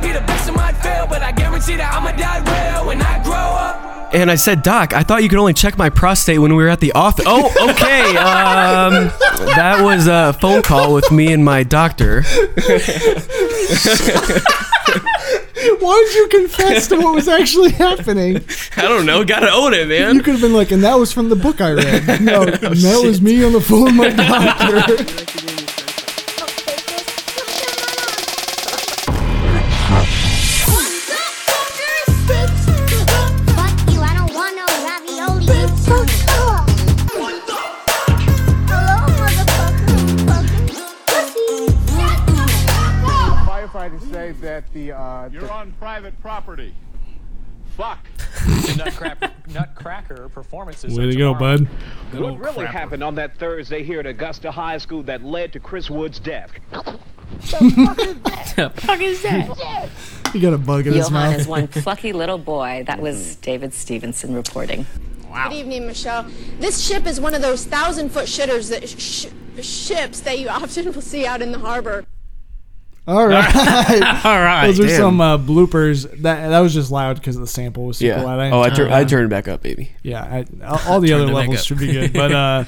be the best I might fail, but I guarantee that I'ma die well when I grow up. And I said, Doc, I thought you could only check my prostate when we were at the office. Oh, okay. Um, that was a phone call with me and my doctor. Why did you confess to what was actually happening? I don't know. Gotta own it, You man. could have been like, and that was from the book I read. No, that was me on the phone with my doctor. Fuck you, I don't want no ravioli. It's so cool. Hello, motherfucker. Pussy. Shut up. Firefighters say that the, uh, You're the on private property. Fuck. Nutcracker, nutcracker performances. Way are to go, tomorrow. bud. What really happened on that Thursday here at Augusta High School that led to Chris Wood's death? He got a bug in his Johan mouth. Mm-hmm. is one plucky little boy. That was David Stevenson reporting. Good evening, Michelle. This ship is one of those thousand-foot shitters that sh- ships that you often will see out in the harbor. All right. All right. Those are damn. some uh, bloopers. That that was just loud because the sample was super Yeah. loud. I Oh, I, didn't tur- turn it I down. turned back up, baby. Yeah, I, all- all the other it back levels up. should be good. But uh,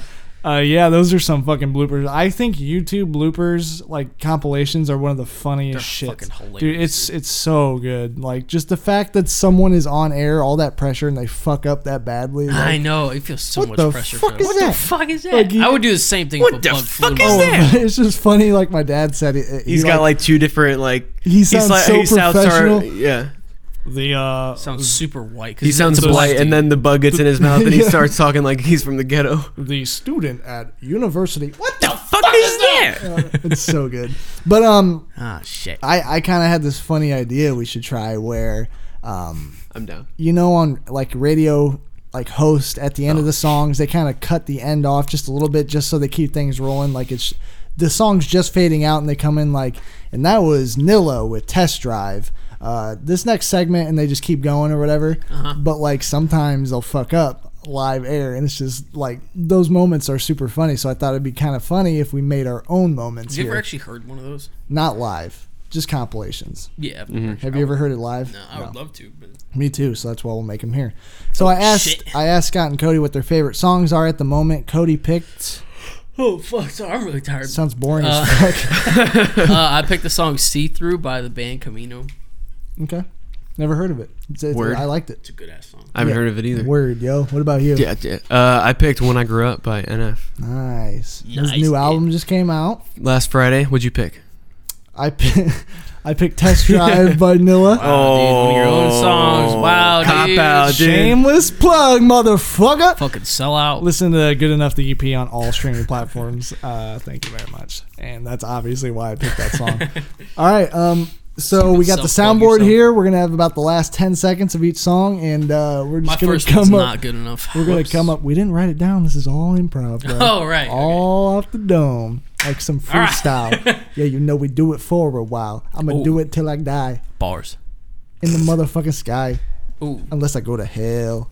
uh, yeah, those are some fucking bloopers. I think YouTube bloopers like compilations are one of the funniest They're shit. fucking hilarious. Dude, it's it's so good. Like just the fact that someone is on air, all that pressure, and they fuck up that badly. Like, I know it feels so What much the pressure. fuck from it. is what that? the fuck is that? Like, you- I would do the same thing. What if the a plug flew fuck in my is mouth. that? it's just funny. Like my dad said, he's He's got like two different like. He sounds so professional. yeah. the uh, Sounds super white. 'cause He it's sounds those- polite, and then the bug gets in his mouth, and he starts talking like he's from the ghetto. the student at university. What? The fuck is that? it's so good. But um, Ah, shit. I I kind of had this funny idea we should try where um. I'm down. you know on like radio like host at the end Oh. of the songs they kind of cut the end off just a little bit just so they keep things rolling like it's the song's just fading out and they come in like and that was nilo with test drive uh, this next segment and they just keep going or whatever Uh-huh. but like sometimes they'll fuck up live air and it's just like those moments are super funny so i thought it'd be kind of funny if we made our own moments Have you ever here actually heard one of those? not live just compilations Yeah. Mm-hmm. I've have you ever heard it live No, I would love to, but me too, so that's why we'll make them here. So I asked Oh, shit. I asked Scott and Cody what their favorite songs are at the moment. Cody picked oh fuck! Sorry, I'm really tired. sounds boring Uh. as fuck. uh, I picked the song "See Through" by the band Camino. Okay. Never heard of it. It's, it's, Word. I liked it. It's a good ass song. I haven't heard of it either. Word, yo. What about you? Yeah, yeah. Uh, I picked "When I Grew Up" by NF Nice. His Nice, new dude. album just came out. last Friday. What'd you pick? I pi- I picked Test Drive by Nilla. Oh, dude, one of your own songs. Wow, Cop dude. out, dude. Shameless plug, motherfucker. Fucking sell out. Listen to Good Enough the EP on all streaming platforms. Uh, thank you very much. And that's obviously why I picked that song. all right. Um, so we got the Self-plug soundboard yourself. here. We're gonna have about the last ten seconds of each song, and uh, we're My just gonna first one's come not up. good enough. We're gonna come up. We didn't write it down. This is all improv. Bro. Oh right. All off the dome, like some right. freestyle. yeah, you know we do it for a while. I'm gonna Ooh. do it till I die bars. in the motherfucking sky, Ooh. unless I go to hell.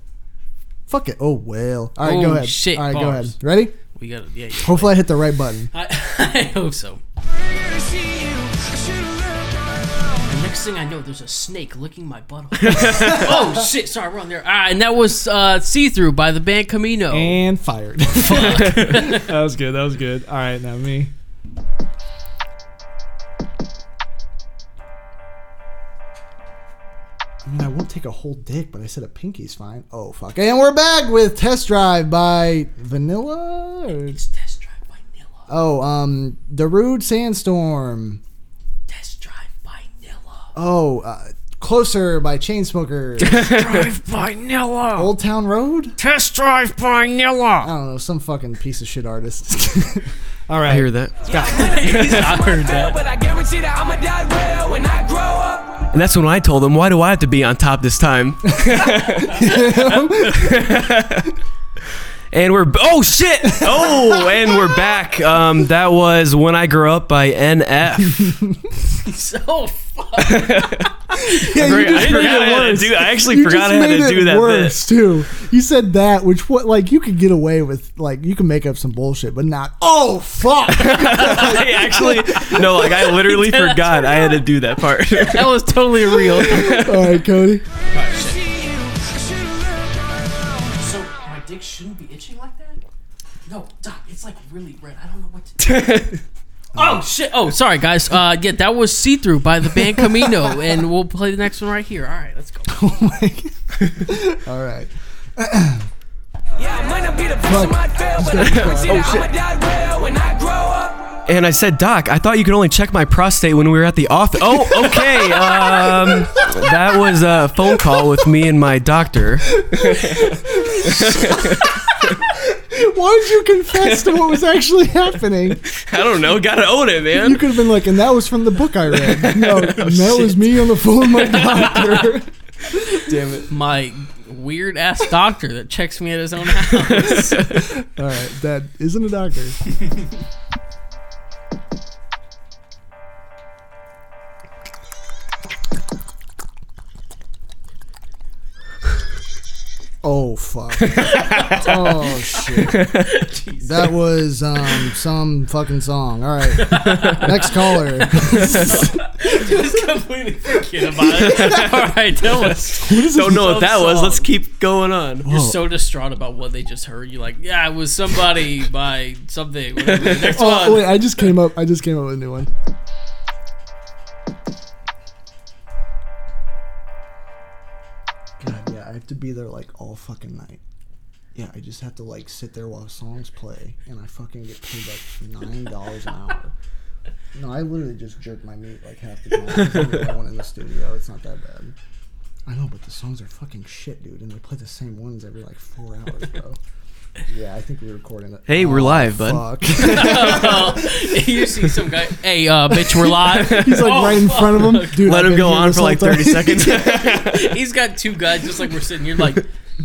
Fuck it. Oh well. All right, Oh, go ahead. shit, all right, go bars. ahead. Ready? We got to yeah. yeah. Hopefully, I hit the right button. I, I hope so. The next thing I know, there's a snake licking my butt. oh shit! Sorry, we're on there. Ah, and that was uh, "See Through" by the band Camino. Oh. And fired. that was good. That was good. All right, now me. I mean, I won't take a whole dick, but I said a pinky's fine. Oh fuck! And we're back with Test Drive by Vanilla. or- it's Test Drive by Nilla. Oh, um, the Rude Sandstorm. Test Drive by Nilla. Oh, uh, Closer by Chainsmokers. Drive by Nilla. Old Town Road. Test Drive by Nilla. I don't know, some fucking piece of shit artist. All right. I hear that, I heard Fail, that. but I guarantee that I'ma die well when I grow up. and that's when I told him, "Why do I have to be on top this time?" and we're oh shit! Oh, and we're back. Um, that was "When I Grew Up" by NF. So Yeah, I, you forgot- I just didn't made forgot it how to worse. do. I actually You forgot just how made to it do that. bit. worse too. You said that, which what like you could get away with, like you can make up some bullshit, but not. Oh fuck! I actually no, like I literally forgot I had to do that part. that was totally real. All right, Cody. So my dick shouldn't be itching like that? No, Doc, it's like really red. I don't know what to Oh shit! Oh, sorry guys. Uh, yeah, that was "See Through" by the band Camino, and we'll play the next one right here. All right, let's go. All right. Might not be the person might fail, but I guarantee Oh, that I'ma die real when I grow up. And I said, Doc, I thought you could only check my prostate when we were at the office. Oh, okay. Um, that was a phone call with me and my doctor. Why did you confess to what was actually happening? I don't know. Gotta own it, You man. could have been like, and that was from the book I read. Oh, No, that was me on the phone with my doctor. Damn it. My weird ass doctor that checks me at his own house. All right, that isn't a doctor. oh fuck. oh shit. That was um some fucking song. All right. Next caller. Just completely forget about it. All right, that was. Don't know what that was. song. Let's keep going on. You're so distraught about what they just heard. You're like, yeah, it was somebody by something. Whatever. Next oh one. wait, I just came up. I just came up with a new one. God, yeah, I have to be there like all fucking night. Yeah, I just have to like sit there while songs play, and I fucking get paid like nine dollars an hour. No, I literally just jerk my meat like half the time. I'm the only one in the studio. It's not that bad. I know, but the songs are fucking shit, dude, and they play the same ones every like four hours, bro. Yeah, I think we're recording it. Oh, Hey, we're live, bud. Fuck. Oh, you see some guy. Hey, uh, bitch, we're live. He's like Oh, right in front of him. Dude, Let I've him been go here on this for whole like time. 30 seconds. He's got two guys just like we're sitting here, like,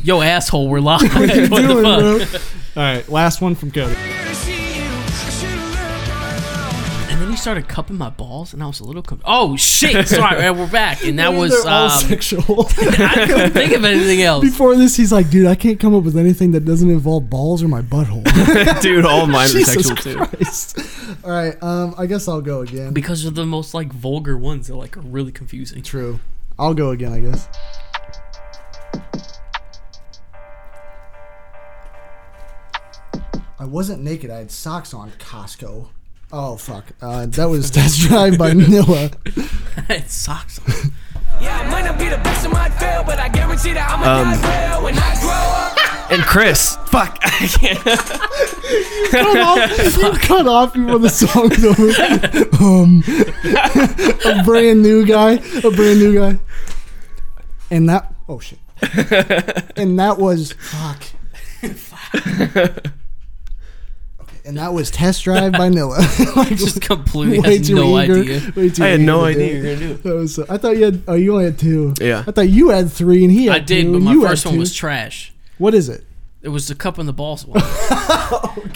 yo, asshole, we're live. what you What the doing, fuck? bro? All right, last one from Cody. And then he started cupping my balls, and I was a little. Com- oh shit! Sorry, man, we're back, and that was. They're all Um, sexual. I couldn't think of anything else. Before this, he's like, dude, I can't come up with anything that doesn't involve balls or my butthole. Dude, all of mine are Jesus sexual too. Christ. All right, um, I guess I'll go again. Because of the most like vulgar ones that like are really confusing. True. I'll go again, I guess. I wasn't naked. I had socks on. Costco. Oh fuck. Uh, that was Test Drive by Nilla. it sucks. All Yeah, I might not be the person might fail, but I guarantee that I'ma Um, die real when I grow up. And Chris. Fuck. I can't. cut off, you cut off before the song's over. Um, a brand new guy, a brand new guy, and that oh shit, and that was fuck, okay, and that was test drive by Nilla. like, Just completely has no idea. Way too I had eager no to do idea you were it. gonna do it. That was. so- I thought you had. Oh, you only had two. Yeah. I thought you had three, and he had I did, two, but my you had first one two. was trash. what is it? It was the cup and the balls one.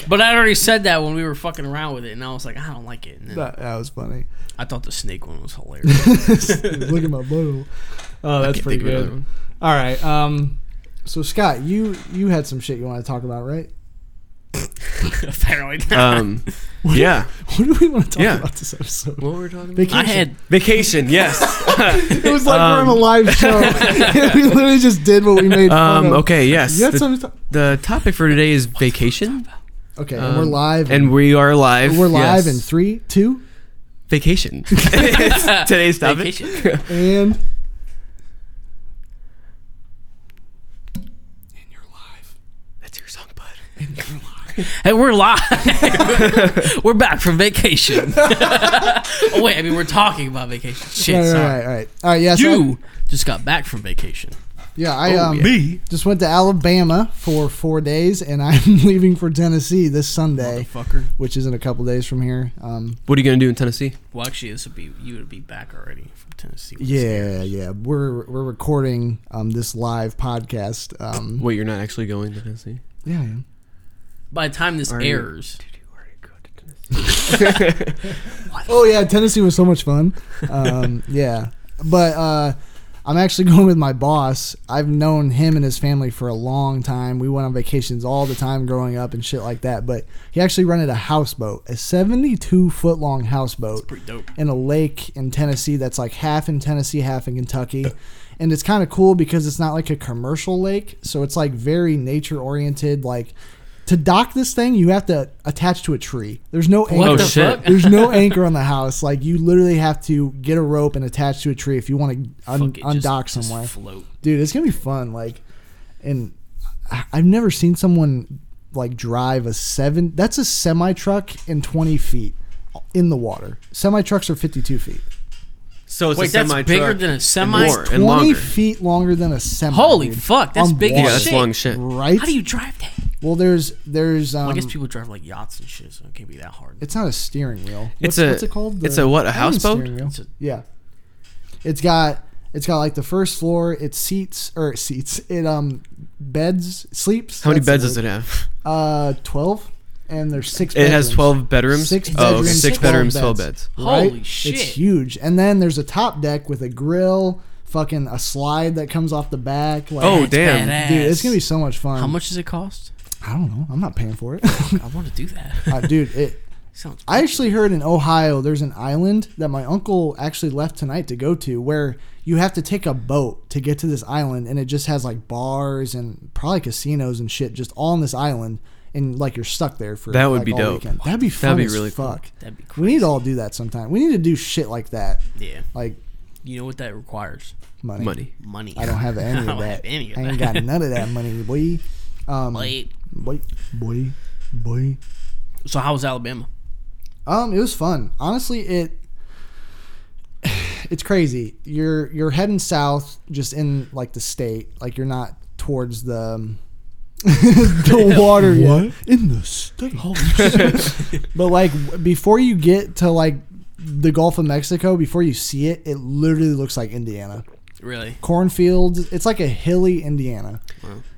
But I already said that when we were fucking around with it, and I was like, I don't like it. And then That, that was funny. I thought the snake one was hilarious. Look at my bottle. Oh, that's Can't think of another one. All right. Um, so Scott, you you had some shit you want to talk about, right? Apparently not. Um, yeah. What do we want to talk Yeah. about this episode? what were we talking Vacation. I had Vacation, yes. It was like we're on a live show. we literally just did what we made. fun Um, of. okay, yes. You had The, something to talk- the topic for today is vacation. okay, and we're Um, live. And we are live. we're yes. live in three, two, vacation. It's Today's topic. vacation. and That's your song, bud. Hey, we're live. we're back from vacation. oh, wait, I mean, we're talking about vacation. Shit, all right, all sorry. right, all right, all right. Yeah, so You just got back from vacation. Yeah, I um, Me. just went to Alabama for four days, and I'm leaving for Tennessee this Sunday, Fucker. which is in a couple days from here. Um, What are you gonna do in Tennessee? Well, actually, this would be, you would be back already from Tennessee. Yeah, yeah. We're we're recording um this live podcast. Um Wait, you're not actually going to Tennessee? yeah, yeah. By the time this Are you- airs, Did you already go to oh yeah, Tennessee was so much fun. Um, yeah, but uh, I'm actually going with my boss. I've known him and his family for a long time. We went on vacations all the time growing up and shit like that. But he actually rented a houseboat, a 72 foot long houseboat, pretty dope. in a lake in Tennessee that's like half in Tennessee, half in Kentucky. And it's kind of cool because it's not like a commercial lake, so it's like very nature oriented. Like to dock this thing, you have to attach to a tree. There's no What the Oh, shit. fuck? There's no anchor on the house. Like you literally have to get a rope and attach to a tree if you want to un- Fuck it, just- undock just somewhere. float. Dude, it's gonna be fun. Like, and I- I've never seen someone like drive a seven. That's a semi truck in 20 feet in the water. Semi trucks are 52 feet. So it's a Wait, that's semi bigger than a semi? more, and 20 longer. feet longer than a semi. Holy dude. Um, fuck, that's On big as water. Yeah, that's shit. long shit. Right? How do you drive that? Well, there's there's. Um, Well, I guess people drive like yachts and shit, so it can't be that hard. It's not a steering wheel. It's What's, a- what's it called? it's a what, a I think it's houseboat? steering wheel. It's a- yeah. It's got it's got like the first floor. It seats or it seats it um beds sleeps. How many That's beds does the it word. have? Uh, twelve. And there's six. It has bedrooms. 12 bedrooms? Six Oh, okay. bedrooms. Six 12 bedrooms, 12 beds. Right? Holy shit. It's huge. And then there's a top deck with a grill, fucking a slide that comes off the back. Like, Oh, That's damn. dude, it's gonna be so much fun. How much does it cost? I don't know. I'm not paying for it. I want to do that. Uh, dude, it. Sounds I actually heard in Ohio there's an island that my uncle actually left tonight to go to where you have to take a boat to get to this island and it just has like bars and probably casinos and shit just all on this island and like you're stuck there for That would like, be all dope. weekend. That'd be That'd fun be as really cool. fuck. That'd be We need to all do that sometime. We need to do shit like that. Yeah. Like You know what that requires? money. Money. I don't have any I of don't that. have any of I ain't that. got none of that money, boy. Um, Wait. boy, boy, boy. So how was Alabama? Um, it was fun. Honestly, it it's crazy. You're you're heading south, just in like the state. Like you're not towards the um, the water yet. in the state? but like w- before you get to like the Gulf of Mexico, before you see it, it literally looks like Indiana. Really? Cornfields. It's like a hilly Indiana.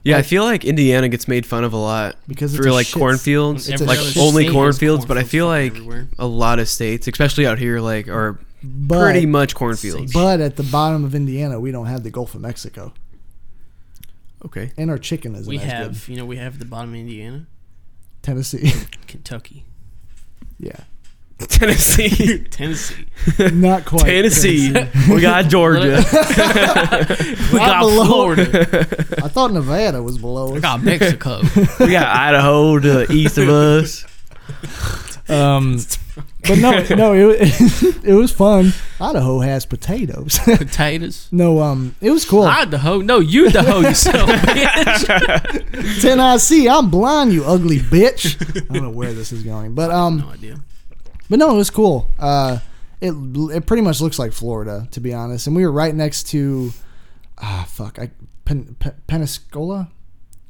Yeah, I feel like Indiana gets made fun of a lot Because it's for a like shit- cornfields, it's a like shit only state. cornfields. But I feel like a lot of states, especially out here, like are But, pretty much cornfields. But at the bottom of Indiana, we don't have the Gulf of Mexico, okay, and our chicken isn't We as good. have, you know, we have the bottom of Indiana, Tennessee. Kentucky, yeah. Tennessee, Tennessee. Not quite. Tennessee, we got Georgia. we got below- Florida. I thought Nevada was below We us. got Mexico. we got Idaho to the east of us. Um, but no, no, it, wa- it was fun. Idaho has potatoes. Potatoes. no, um, it was cool. I the hoe. No, you the hoe yourself, bitch. Tennessee, I'm blind, you ugly bitch. I don't know where this is going, but um, no idea. but no, it was cool. Uh, it it pretty much looks like Florida, to be honest. And we were right next to, ah, fuck, I Pen, Pen, Pensacola,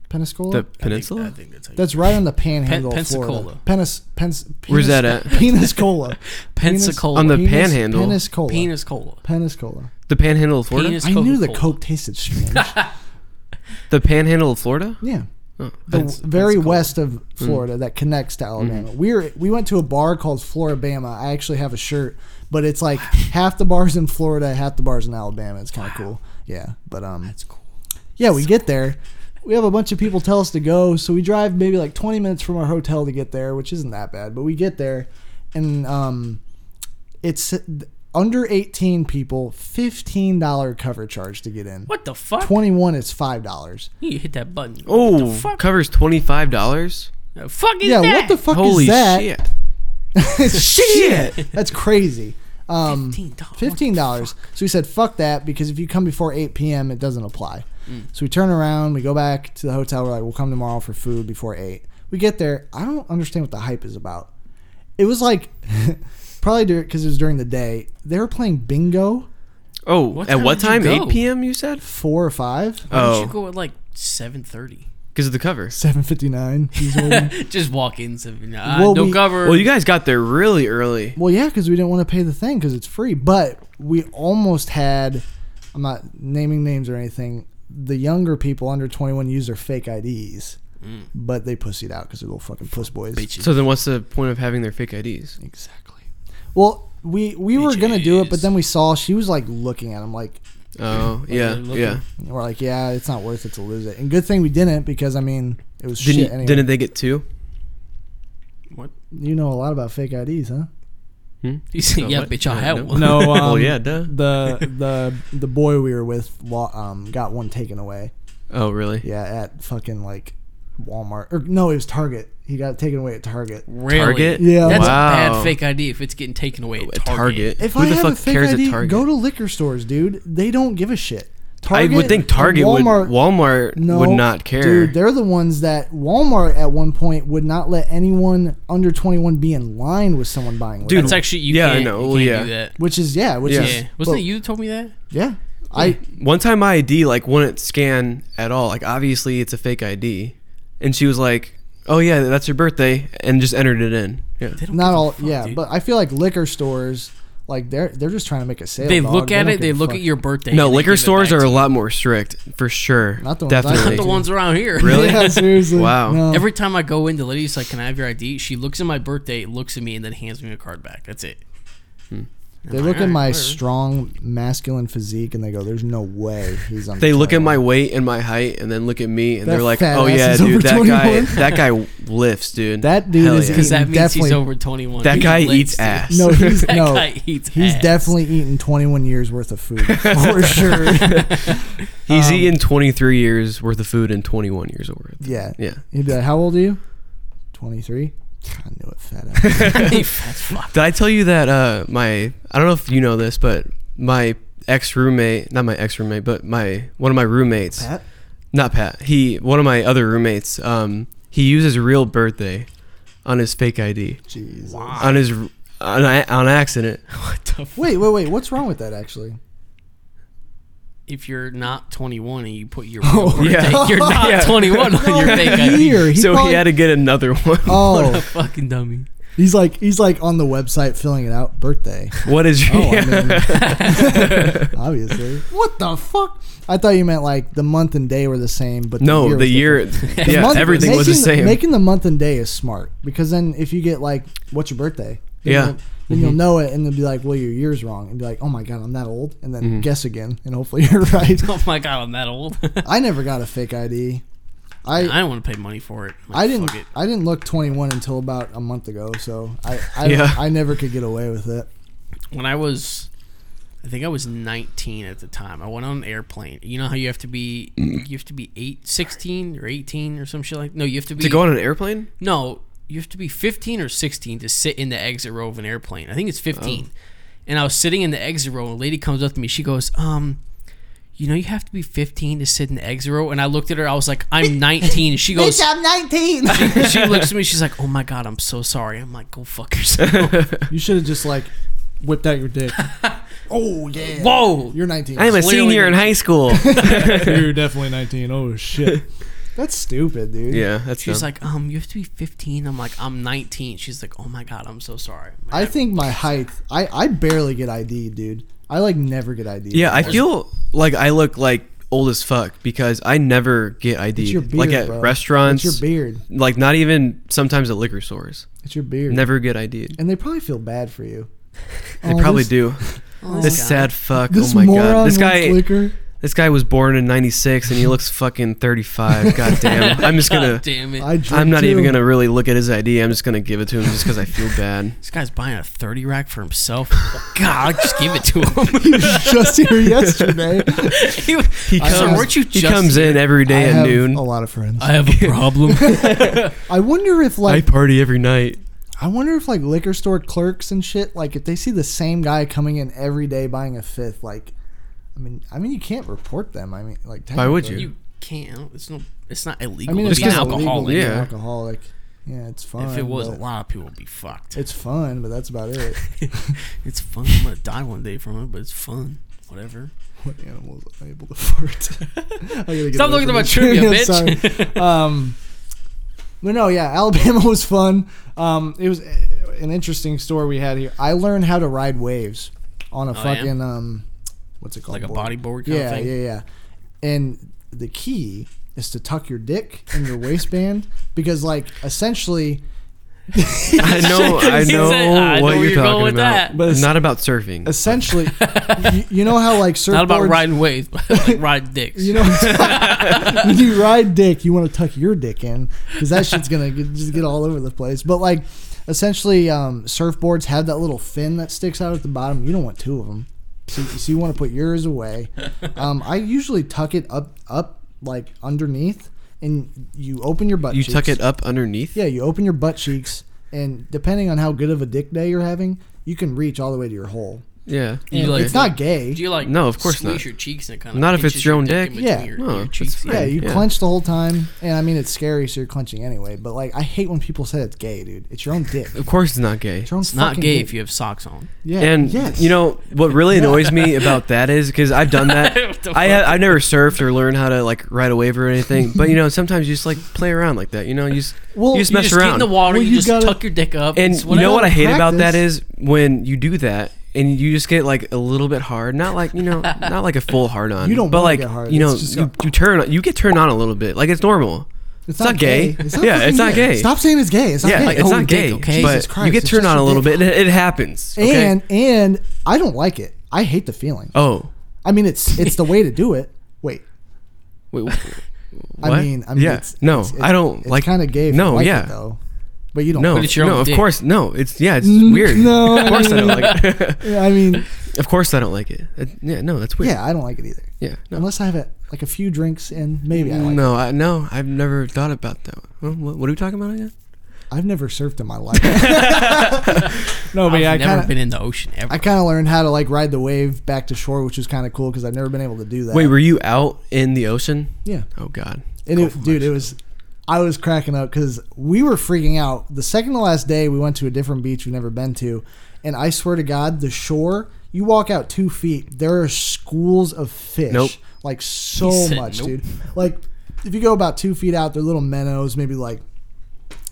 Pensacola. The peninsula. that's how That's right on the panhandle of Florida. Pensacola. Penis, pens, Where's penis- that at? Pensacola. Pensacola. On the Penis- panhandle. Pensacola. penis cola. Pensacola. the panhandle of Florida. Penis I knew the Coca-Cola. Coke tasted strange. The panhandle of Florida. yeah. Oh, The that's- very west of Mm. Florida that connects to Alabama. Mm-hmm. We were we went to a bar called Floribama. I actually have a shirt, but it's like half the bars in Florida, half the bars in Alabama. It's kind of cool. Yeah, but um, That's cool. yeah, we get there. We have a bunch of people tell us to go, so we drive maybe like 20 minutes from our hotel to get there, which isn't that bad. But we get there, and um, it's uh, under 18 people, $15 cover charge to get in. What the fuck? 21 is $5. You hit that button. What the oh, fuck? covers twenty five dollars. The fuck is yeah, that? what the fuck Holy is that? shit! shit. That's crazy. Um, $15. Fifteen dollars. So we said, "Fuck that," because if you come before eight p.m., it doesn't apply. So we turn around, we go back to the hotel. We're like, "We'll come tomorrow for food before 8. We get there. I don't understand what the hype is about. It was like probably because it was during the day. They were playing bingo Oh, at time what did you time? go? Eight p.m. You said. four or five. Why don't Oh. you go at like seven thirty? Because of the cover. Seven fifty nine. Just walk in. So, nah, Mm. Well, no we- cover. Well, you guys got there really early. Well, yeah, because we didn't want to pay the thing because it's free. But we almost had, I'm not naming names or anything, the younger people under 21 use their fake IDs. but they pussied out because they're little fucking puss boys. So then, what's the point of having their fake IDs? Exactly. Well, we we were gonna do it, but then we saw she was like looking at him like. Oh, like, yeah, looking. yeah. And we're like, yeah, it's not worth it to lose it, and good thing we didn't because I mean it was Didn't, shit anyway. didn't they get two? You know a lot about fake IDs, huh? Hmm? said, "Yeah, bitch, I have one." No, um, well, yeah, duh. The the the boy we were with wa- um, got one taken away. Oh, really? Yeah, at fucking like Walmart or no, it was Target. He got it taken away at Target. Really? Yeah. That's Wow. a bad fake ID if it's getting taken away at Target. Target. If I have a fake ID, go to liquor stores, dude. They don't give a shit. I would think Target would. Walmart would not care. Dude, they're the ones that Walmart at one point would not let anyone under 21 be in line with someone buying liquor. Dude, that's actually you yeah, I can't, know, you well, can't yeah. do that. Which is yeah, which Yeah. is Yeah. Wasn't but- it you that told me that? Yeah. I one time my ID like wouldn't scan at all. Like obviously it's a fake ID, and she was like, "Oh yeah, that's your birthday," and just entered it in. Yeah. not all yeah, but I feel like liquor stores like they're they're just trying to make a sale. They dog. look at don't it, they give a look fuck. at your birthday. No, and they liquor give it stores back are to a you. lot more strict for sure. Not the ones I definitely. went the ones around here. Really? Yeah, seriously. Wow. No. Every time I go in, the lady's like, "Can I have your ID?" She looks at my birthday, looks at me, and then hands me a card back. That's it. They look at Alright, my whatever. strong masculine physique and they go, "There's no way he's on." They look at my weight and my height, and then look at me, and That they're like, fat "Oh ass yeah, is dude, over that guy, 21." that guy lifts, dude. That dude Hell is yeah. Because that means Definitely- he's over twenty-one. That He guy eats lives, dude. ass. No, he's That no. guy eats he's ass. definitely eaten 21 years worth of food for sure. He's eaten 23 years worth of food and 21 years worth. um, Yeah. Yeah. He'd be like, "How old are you?" 23. I knew it, fat ass. That's fucked. Did I tell you that uh, my I don't know if you know this, but my ex roommate, not my ex roommate, but my one of my roommates, Pat? not Pat. He one of my other roommates. Um, he used his real birthday on his fake ID Jeez. on his on, a- on accident. What the? Fuck? Wait, wait, wait. What's wrong with that? Actually, If you're not twenty-one and you put your Oh, real birthday, yeah. you're not Yeah. twenty-one on your fake ID. here he so probably- he had to get another one. What a Oh, fucking dummy. he's like he's like on the website filling it out. Birthday, what is your? Oh, I obviously. What the fuck? I thought you meant like the month and day were the same, but no, year the was year. different. The yeah, month- everything was the making- same. Making the month and day is smart because then if you get like, what's your birthday? Then Yeah. you'll- Then Mm-hmm. you'll know it, and then be like, "Well, your year's wrong," and be like, "Oh my god, I'm that old," and then Mm-hmm. guess again, and hopefully you're right. Oh my god, I'm that old. I never got a fake ID. I I don't want to pay money for it. Like, I didn't Fuck it. I didn't look 21 until about a month ago, so I I, Yeah. I never could get away with it. When I was, I think I was 19 at the time. I went on an airplane. You know how you have to be, you have to be eight, 16 or 18 or some shit like. No, you have to be. to go on an airplane? no, you have to be 15 or 16 to sit in the exit row of an airplane. I think it's 15. Oh. And I was sitting in the exit row, and a lady comes up to me. She goes, um. You know, you have to be 15 to sit in the exit row. And I looked at her. I was like, I'm 19. She goes, I'm 19. she looks at me. She's like, "Oh my god, I'm so sorry." I'm like, "Go fuck yourself." you should have just like whipped out your dick. oh yeah. Whoa, You're 19. I'm a Clearly senior not. in high school. You're definitely 19. Oh shit. That's stupid, dude. yeah, that's She's dumb. like, um, you have to be 15. I'm like, I'm 19. She's like, oh my god, I'm so sorry. I'm like, I think my height. I I barely get ID, dude. I like never get ID. Yeah, I feel like I look like old as fuck because I never get ID. It's your beard, like at bro. restaurants, It's your beard. like not even sometimes at liquor stores. It's your beard. Never get ID'd. And they probably feel bad for you. They Oh, probably this- do. this guy. sad fuck. This oh my moron god. This wants guy liquor. this guy was born in 96 and he looks fucking 35. god damn. I'm just going God to damn it. I drink I'm not too. even going to really look at his ID. I'm just going to give it to him just cuz I feel bad. this guy's buying a 30 rack for himself. God, I'll just give it to him. just here yesterday. he, comes- so weren't you He just- comes in every I day at have noon. a lot of friends. I have a problem. I wonder if I like party every night. I wonder if like liquor store clerks and shit like if they see the same guy coming in every day buying a fifth like I mean I mean you can't report them I mean like Why would technically. you can't. It's no. It's not illegal I mean to it's be an just illegal to alcoholic. be an yeah. alcoholic yeah it's fun If it was, a but- lot of people would be fucked. it's fun but that's about it It's fun. I'm gonna die one day from it, but it's fun. Whatever. what animals are able to fart I gotta get Stop away looking from at my this. trivia, I'm bitch. sorry. um but no, yeah, Alabama was fun. Um, it was uh, an interesting story we had here. I learned how to ride waves on a Oh, yeah? fucking um, what's it called? Like a bodyboard kind of yeah, thing? yeah, yeah. And the key is to tuck your dick in your waistband because, like, essentially. I know, I He said, know "I what know where you're you're going talking with about. that." But it's not about surfing. Essentially, you, you know how like surfboards. Not about riding waves, but like ride dicks. You know, when you ride dick, you want to tuck your dick in because that shit's gonna get, just get all over the place. But like, essentially, um, surfboards have that little fin that sticks out at the bottom. You don't want two of them, so, so you want to put yours away. Um, I usually tuck it up, up like underneath, and you open your butt. You cheeks. tuck it up underneath. Yeah, you open your butt cheeks, and depending on how good of a dick day you're having, you can reach all the way to your hole. Yeah. it's not gay. Do you like? No, of course squeeze not. Your cheeks and it kind of Not if it's your own dick. Yeah, Your, No, your it's cheeks. Yeah, fine. you Yeah. clench the whole time, and I mean it's scary, so you're clenching anyway. But like, I hate when people say it's gay, dude. It's your own dick. Of course, it's not gay. It's your own It's not fucking gay dick. if you have socks on. Yeah, and yes. you know what really annoys me about that is because I've done that. What the I fuck? I never surfed or learned how to like ride a wave or anything. But you know sometimes you just like play around like that. You know you just you just mess get around. in the water. Well, you, you just gotta- tuck your dick up. and it's you know whatever. what I hate about that Practice. is when you do that and you just get like a little bit hard. Not like you know not like a full hard on. You don't But wanna like get hard. you know It's just you, you turn you get turned on a little bit. Like it's normal. It's, not, gay. yeah, fucking it's not gay. Stop saying it's gay. It's not yeah, gay. Oh, like, it's not gay. But you get it's turned just on a little dick. bit. And it, it happens. okay? And and I don't like it. I hate the feeling. oh, I mean, it's it's the way to do it. Wait, wait. I What? mean, I mean, Yeah. it's, No, it's, I don't it's like- kind of gay. If no, you like yeah. it, though. But you don't. no, like it. no, of course, no. It's yeah, it's Mm, weird. no, of course I don't I mean- like it. Yeah, I mean, of course I don't like it. It- yeah, no, that's weird. yeah, I don't like it either. Yeah, no. Unless I have it like a few drinks and maybe I like it. no, I, no, I've never thought about that. Well, What, what are we talking about again? I've never surfed in my life. No, but I've yeah, I never kinda- been in the ocean ever. I kind of learned how to like ride the wave back to shore, which was kind of cool because I've never been able to do that. Wait, were you out in the ocean? Yeah. Oh God. And it, dude, it was. I was cracking up because we were freaking out. The second to last day, we went to a different beach we've never been to, and I swear to God, the shore. You walk out two feet, there are schools of fish. Nope. Like so He said much, nope. dude. Like if you go about two feet out, they're little minnows, maybe like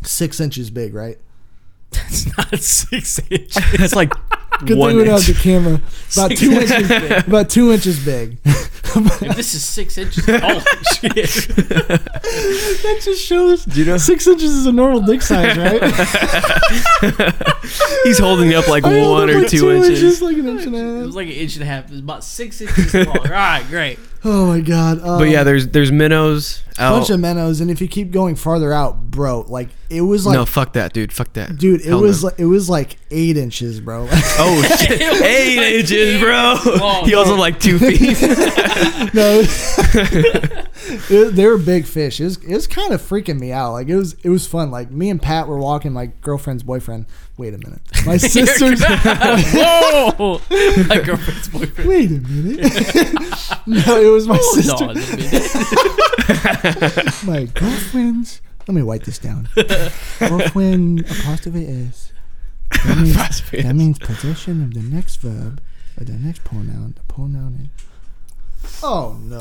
six inches big, right? That's not six inches. That's like Good one thing we don't have inch. the camera. About Six two inches. inches big. About two inches big. If this is six inches. Oh shit! that just shows Do you know? six inches is a normal dick size, right? He's holding up like one or two, inches. like an inch It was like an inch and a half. It was about six inches long. All right, great. Oh my god. Um, But yeah, there's there's minnows out. bunch of minnows, and if you keep going farther out, bro, like it was like, no, fuck that, dude. Fuck that, dude, it Hell was no. like it was like eight inches, bro. oh shit, eight inches, bro. he also like two feet. no, it- it- they were big fish. It was, it was kind of freaking me out. Like it was, it was fun. Like me and Pat were walking. My girlfriend's boyfriend. Wait a minute, my sister's. Whoa! My girlfriend's boyfriend. wait a minute. no, it was my Hold Oh, sister. on a minute. my girlfriend's. Let me write this down. girlfriend apostrophe is. That means, Apostrophe that is. means possession of the next verb or the next pronoun. The pronoun is. Oh no.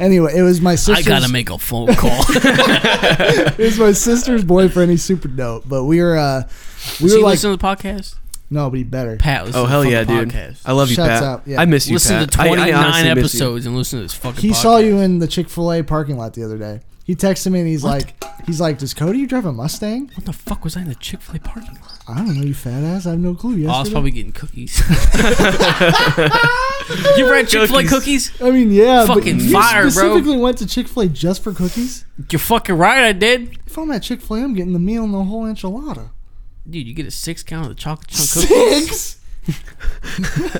anyway, it was my I sister's. gotta make a phone call. It was my sister's boyfriend. He's super dope, but we were uh, we Does were he like listen to the podcast? no, but he better. Pat, listen Oh to hell the yeah, fucking dude! podcast. I love you, Shuts Pat. up, yeah. I miss you, listen Pat. to I- I 29 honestly miss you. episodes and listen to this fucking He podcast. saw you in the Chick Fil A parking lot the other day. He texted me and he's like, he's like, does Cody you drive a Mustang? What the fuck was I in the Chick fil A parking lot? I don't know, you fat ass. I have no clue. Oh, I was Yesterday? probably getting cookies. you read Chick fil A cookies? I mean, yeah, Fucking but you fire, bro. specifically went to Chick Fil A just for cookies. You're fucking right, I did. If I'm at Chick Fil A, I'm getting the meal and the whole enchilada. Dude, you get a six count of the chocolate chunk cookie. Six.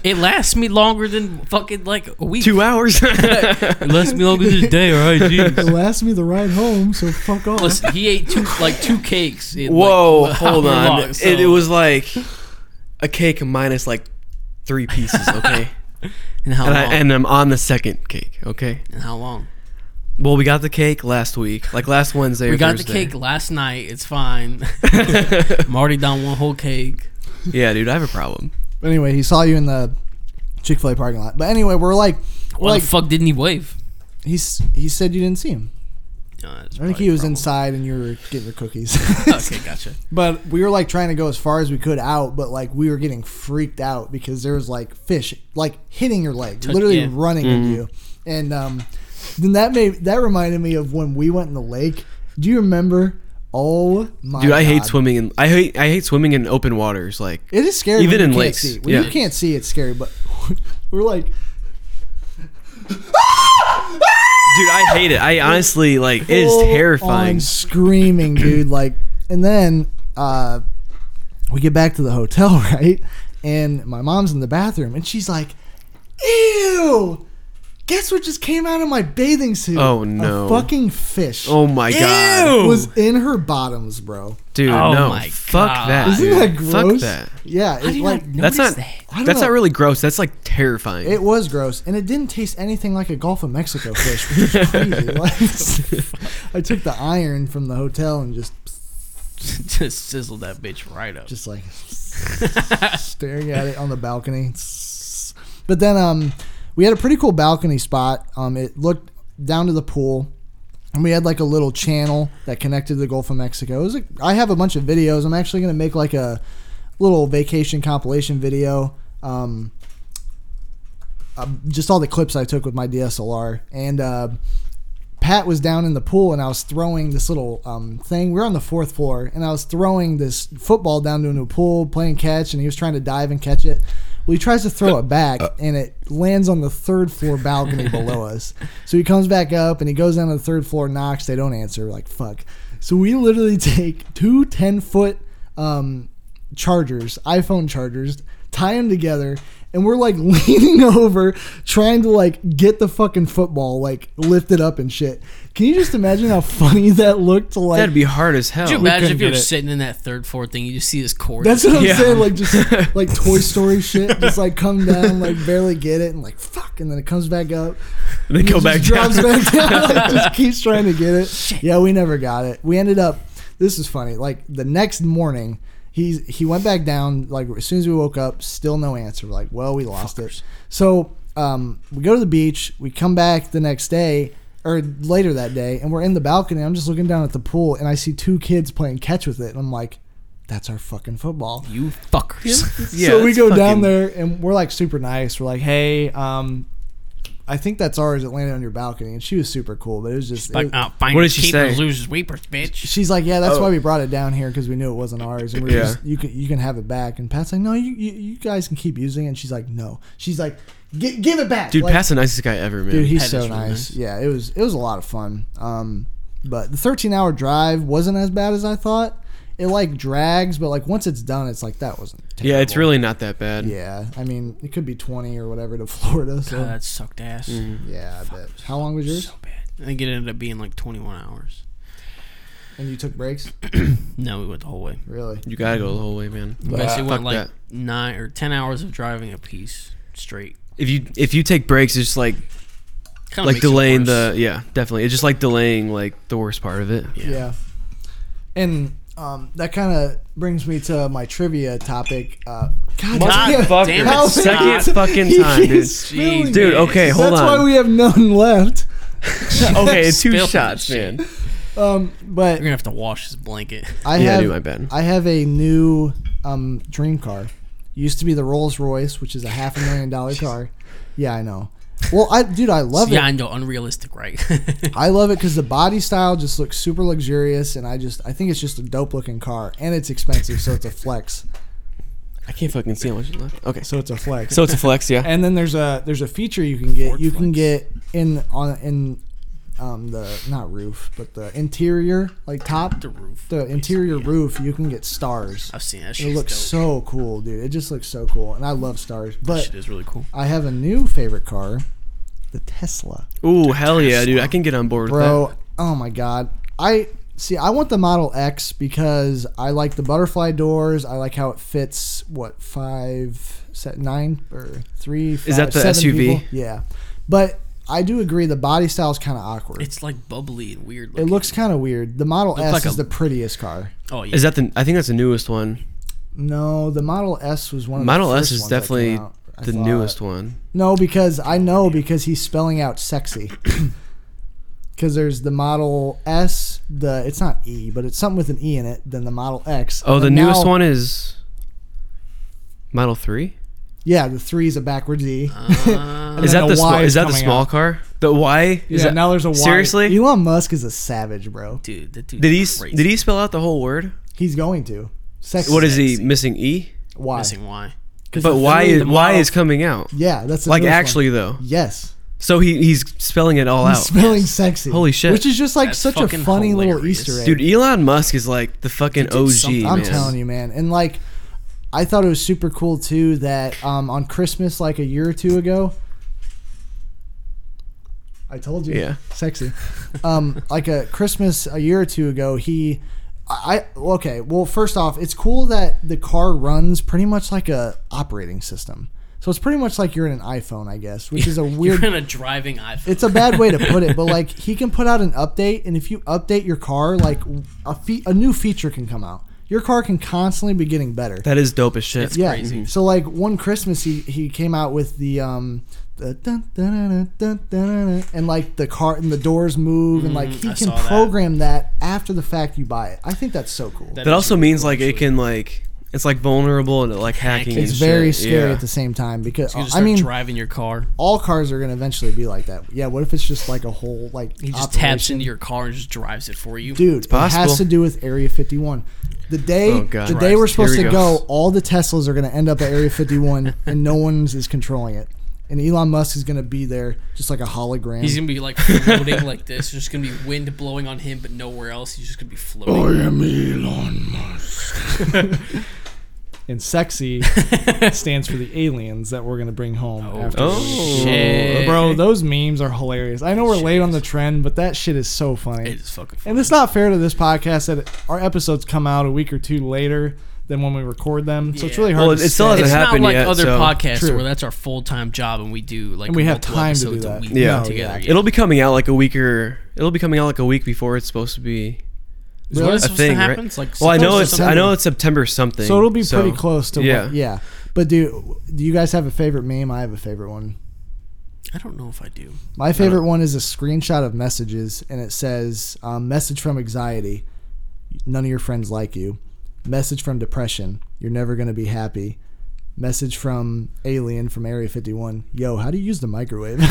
It lasts me longer than fucking like a week. Two hours. It lasts me longer than a day, alright, It jeez. lasts me the ride home, so fuck off. Listen, he ate two like two cakes. In, Whoa, like, an hold hour on. long, so- it, it was like a cake minus like three pieces, okay? and how and, long? I, and I'm on the second cake, okay? And how long? Well, we got the cake last week, like last Wednesday. We or got the Thursday. cake last night. It's fine. I'm already down one whole cake. Yeah, dude, I have a problem. But anyway, he saw you in the Chick Fil A parking lot. But anyway, we're like, we're Why like, the fuck didn't he wave? he's he said you didn't see him. Uh, that's I think probably he a was problem. inside and you were getting your cookies. okay, gotcha. but we were like trying to go as far as we could out, but like we were getting freaked out because there was like fish like hitting your leg, literally Mm-hmm. yeah. running into you. And um, Then that made that reminded me of when we went in the lake. Do you remember? Oh my Dude, I hate God. swimming in I hate I hate swimming in open waters. Like It is scary. Even when in you lakes. Can't see. When yeah. you can't see, it's scary. But we're like, Dude, I hate it. I honestly like it is full terrifying. on screaming, dude. Like, and then uh, we get back to the hotel, right? And my mom's in the bathroom, and she's like, "Ew! Guess what just came out of my bathing suit? Oh, A no. fucking fish! Oh, my God. Ew! Was in her bottoms, bro. Dude, Oh, no. my Fuck God. that, Isn't dude. that Fuck gross? that. Yeah, it's like that's not I don't that's know. not really gross. That's like terrifying. It was gross, and it didn't taste anything like a Gulf of Mexico fish, which is crazy. Like, I took the iron from the hotel and just just sizzled that bitch right up. Just like staring at it on the balcony. But then um, we had a pretty cool balcony spot. Um, it looked down to the pool, and we had like a little channel that connected to the Gulf of Mexico. It was a, I have a bunch of videos. I'm actually gonna make like a little vacation compilation video. Um, uh, just all the clips I took with my DSLR and. Uh, Pat was down in the pool and I was throwing this little um, thing. We were on the fourth floor and I was throwing this football down into a pool, playing catch, and he was trying to dive and catch it. Well, he tries to throw it back and it lands on the third floor balcony below us. So he comes back up and he goes down to the third floor, knocks. They don't answer. We're like, fuck. So we literally take two 10 foot um, chargers, iPhone chargers, tie them together, and we're like leaning over, trying to like get the fucking football like lifted up and shit. Can you just imagine how funny that looked to like? That'd be hard as hell. Could you Oh, We imagine couldn't if you're get it. sitting in that third floor thing? You just see this cord. That's what I'm saying, like just like Toy Story shit, just like come down, like barely get it, and like fuck, and then it comes back up. And then it go just back drops down. back down, like, just keeps trying to get it. Yeah, we never got it. We ended up. This is funny. Like the next morning, he's he went back down. Like as soon as we woke up, still no answer. We're like, well, we lost it. So um, we go to the beach. We come back the next day. Or later that day, and we're in the balcony. I'm just looking down at the pool, and I see two kids playing catch with it. And I'm like, "That's our fucking football." You fuckers. so we go down there and we're like super nice. We're like, hey, um, I think that's ours. It landed on your balcony, and she was super cool. But it was just Like, it- "Ah." oh, find keepers, Losers, weepers, bitch. She's like, yeah, that's Oh. why we brought it down here because we knew it wasn't ours, and we're Yeah. just you can you can have it back. And Pat's like, no, you you, you guys can keep using it. And she's like, no, she's like, "Gi- give it back, Dude, Like- Pat's the nicest guy ever, man. Dude, he's Pat so is nice. really nice. Yeah, it was it was a lot of fun. Um, but the 13 hour drive wasn't as bad as I thought. It like drags, but like once it's done, it's like that wasn't Yeah, it's really not that bad. Yeah, I mean, it could be 20 or whatever to Florida. So God, Uh, that sucked ass. Mm-hmm. Yeah, I bet. How long was yours? I think it ended up being like 21 hours. And you took breaks? no, we went the whole way. Really? You gotta go the whole way, man. We basically Fuck went like that. nine or 10 hours of driving a piece straight. If you if you take breaks, it's just like Kinda like makes it delaying the yeah, definitely. It's just like delaying like the worst part of it. Yeah. And um, that kind of brings me to my trivia topic. Uh, God, God damn, fucking how many- second fucking He time, keeps dude. spilling Jeez. Dude, it. okay, hold That's on. why we have none left. okay, two shots, man. Um, but You're gonna have to wash this blanket. I Yeah, have, do my bad. I have a new um, dream car. Used to be the Rolls Royce, which is a half a million dollar car. Yeah, I know. Well, I dude, I love yeah, I it. know, unrealistic, right? I love it because the body style just looks super luxurious, and I just I think it's just a dope looking car, and it's expensive, so it's a flex. I can't fucking see how much is left. Okay, so it's a flex. So it's a flex, yeah. And then there's a there's a feature you can get. you can get in on in um the not roof, but the interior like top the roof. The interior roof, you can get stars. I've seen that It shit's looks so cool, dude. It just looks so cool, and I love stars. But shit is really cool. I have a new favorite car, the Tesla. Ooh, hell yeah, dude! I can get on board with Bro, that. oh my god. I see I want the Model X because I like the butterfly doors. I like how it fits what five set nine or three Is that five, the seven SUV? people. Yeah. But I do agree the body style is kind of awkward. it's like bubbly and weird. it looks kind of weird. The Model Looks S like is the a- prettiest car. Oh yeah. Is that the? I think that's the newest one. No, the Model S was one of Model the S first is ones that definitely came out, I the thought. newest one. No, because I know because he's spelling out sexy. Because there's the Model S, the it's not E, but it's something with an E in it. Then the Model X. Oh, and the then newest now- one is Model Three. Yeah, the three is a backwards E. Uh, Is that the small, is that the small car? The Y? Is that- Seriously? Elon Musk is a savage, bro. Dude, that Did he s- did he spell out the whole word? He's going to. Sex. What is he missing? E. Why? Missing Y. But why is why is coming out? Yeah, that's the like newest one. actually though. Yes. So he he's spelling it all He's out. spelling sexy. Holy shit. Which is just like such a funny little Easter egg. Dude, Elon Musk is like the fucking OG. I'm man. telling you, man. And like, I thought it was super cool too that um, on Christmas, like a year or two ago, I told you, Yeah. sexy. Um, like a Christmas a year or two ago, he, I I- okay. Well, first off, it's cool that the car runs pretty much like a operating system. So it's pretty much like you're in an iPhone, I guess, which is a weird. You're in a driving iPhone. It's a bad way to put it, but like he can put out an update, and if you update your car, like a fe- a new feature can come out. Your car can constantly be getting better. That is dope as shit. yeah. Mm-hmm. So like one Christmas, he he came out with the um. The dun, dun, dun, dun, dun, dun, dun, and like the car and the doors move and like Mm, he I can saw that. program that. after the fact you buy it. I think that's so cool. That, also means like it can like it's like vulnerable and like hacking. it's and very shit. scary Yeah. at the same time because So you just Oh, I start mean driving your car. All cars are gonna eventually be like that. Yeah. What if it's just like a whole like He just taps into your car and just drives it for you. dude it has to do with area 51 the day Oh, God. the day we're Christ. supposed Here to we go. go. all the teslas are going to end up at area 51 and no one's is controlling it and elon musk is going to be there just like a hologram He's gonna be like floating like this. There's just gonna be wind blowing on him, but nowhere else. He's just gonna Oh, be floating. Elon Musk. and sexy stands for the aliens that we're gonna bring home. after Oh, this. shit. bro, those memes are hilarious. I know we're late on the trend, but that shit is so funny. It is fucking. And it's not fair to this podcast that our episodes come out a week or two later than when we record them, so it's really hard. Well, to it still say. hasn't it's happened not like yet, other so- podcasts True. where that's our full time job and we do like And we have multiple time to do episodes that. a week Yeah. together. It'll be coming out like a week or it'll be coming out like a week before it's supposed to be. Is when it's supposed to happen? It's like well, I know September it's I something. know it's September something. so it'll be pretty close to yeah. what, yeah but do do you guys have a favorite meme i have a favorite one I don't know if I do. my favorite one is a screenshot of messages and it says um, message from anxiety none of your friends like you message from depression you're never going to be happy message from alien from area 51 yo how do you use the microwave I've,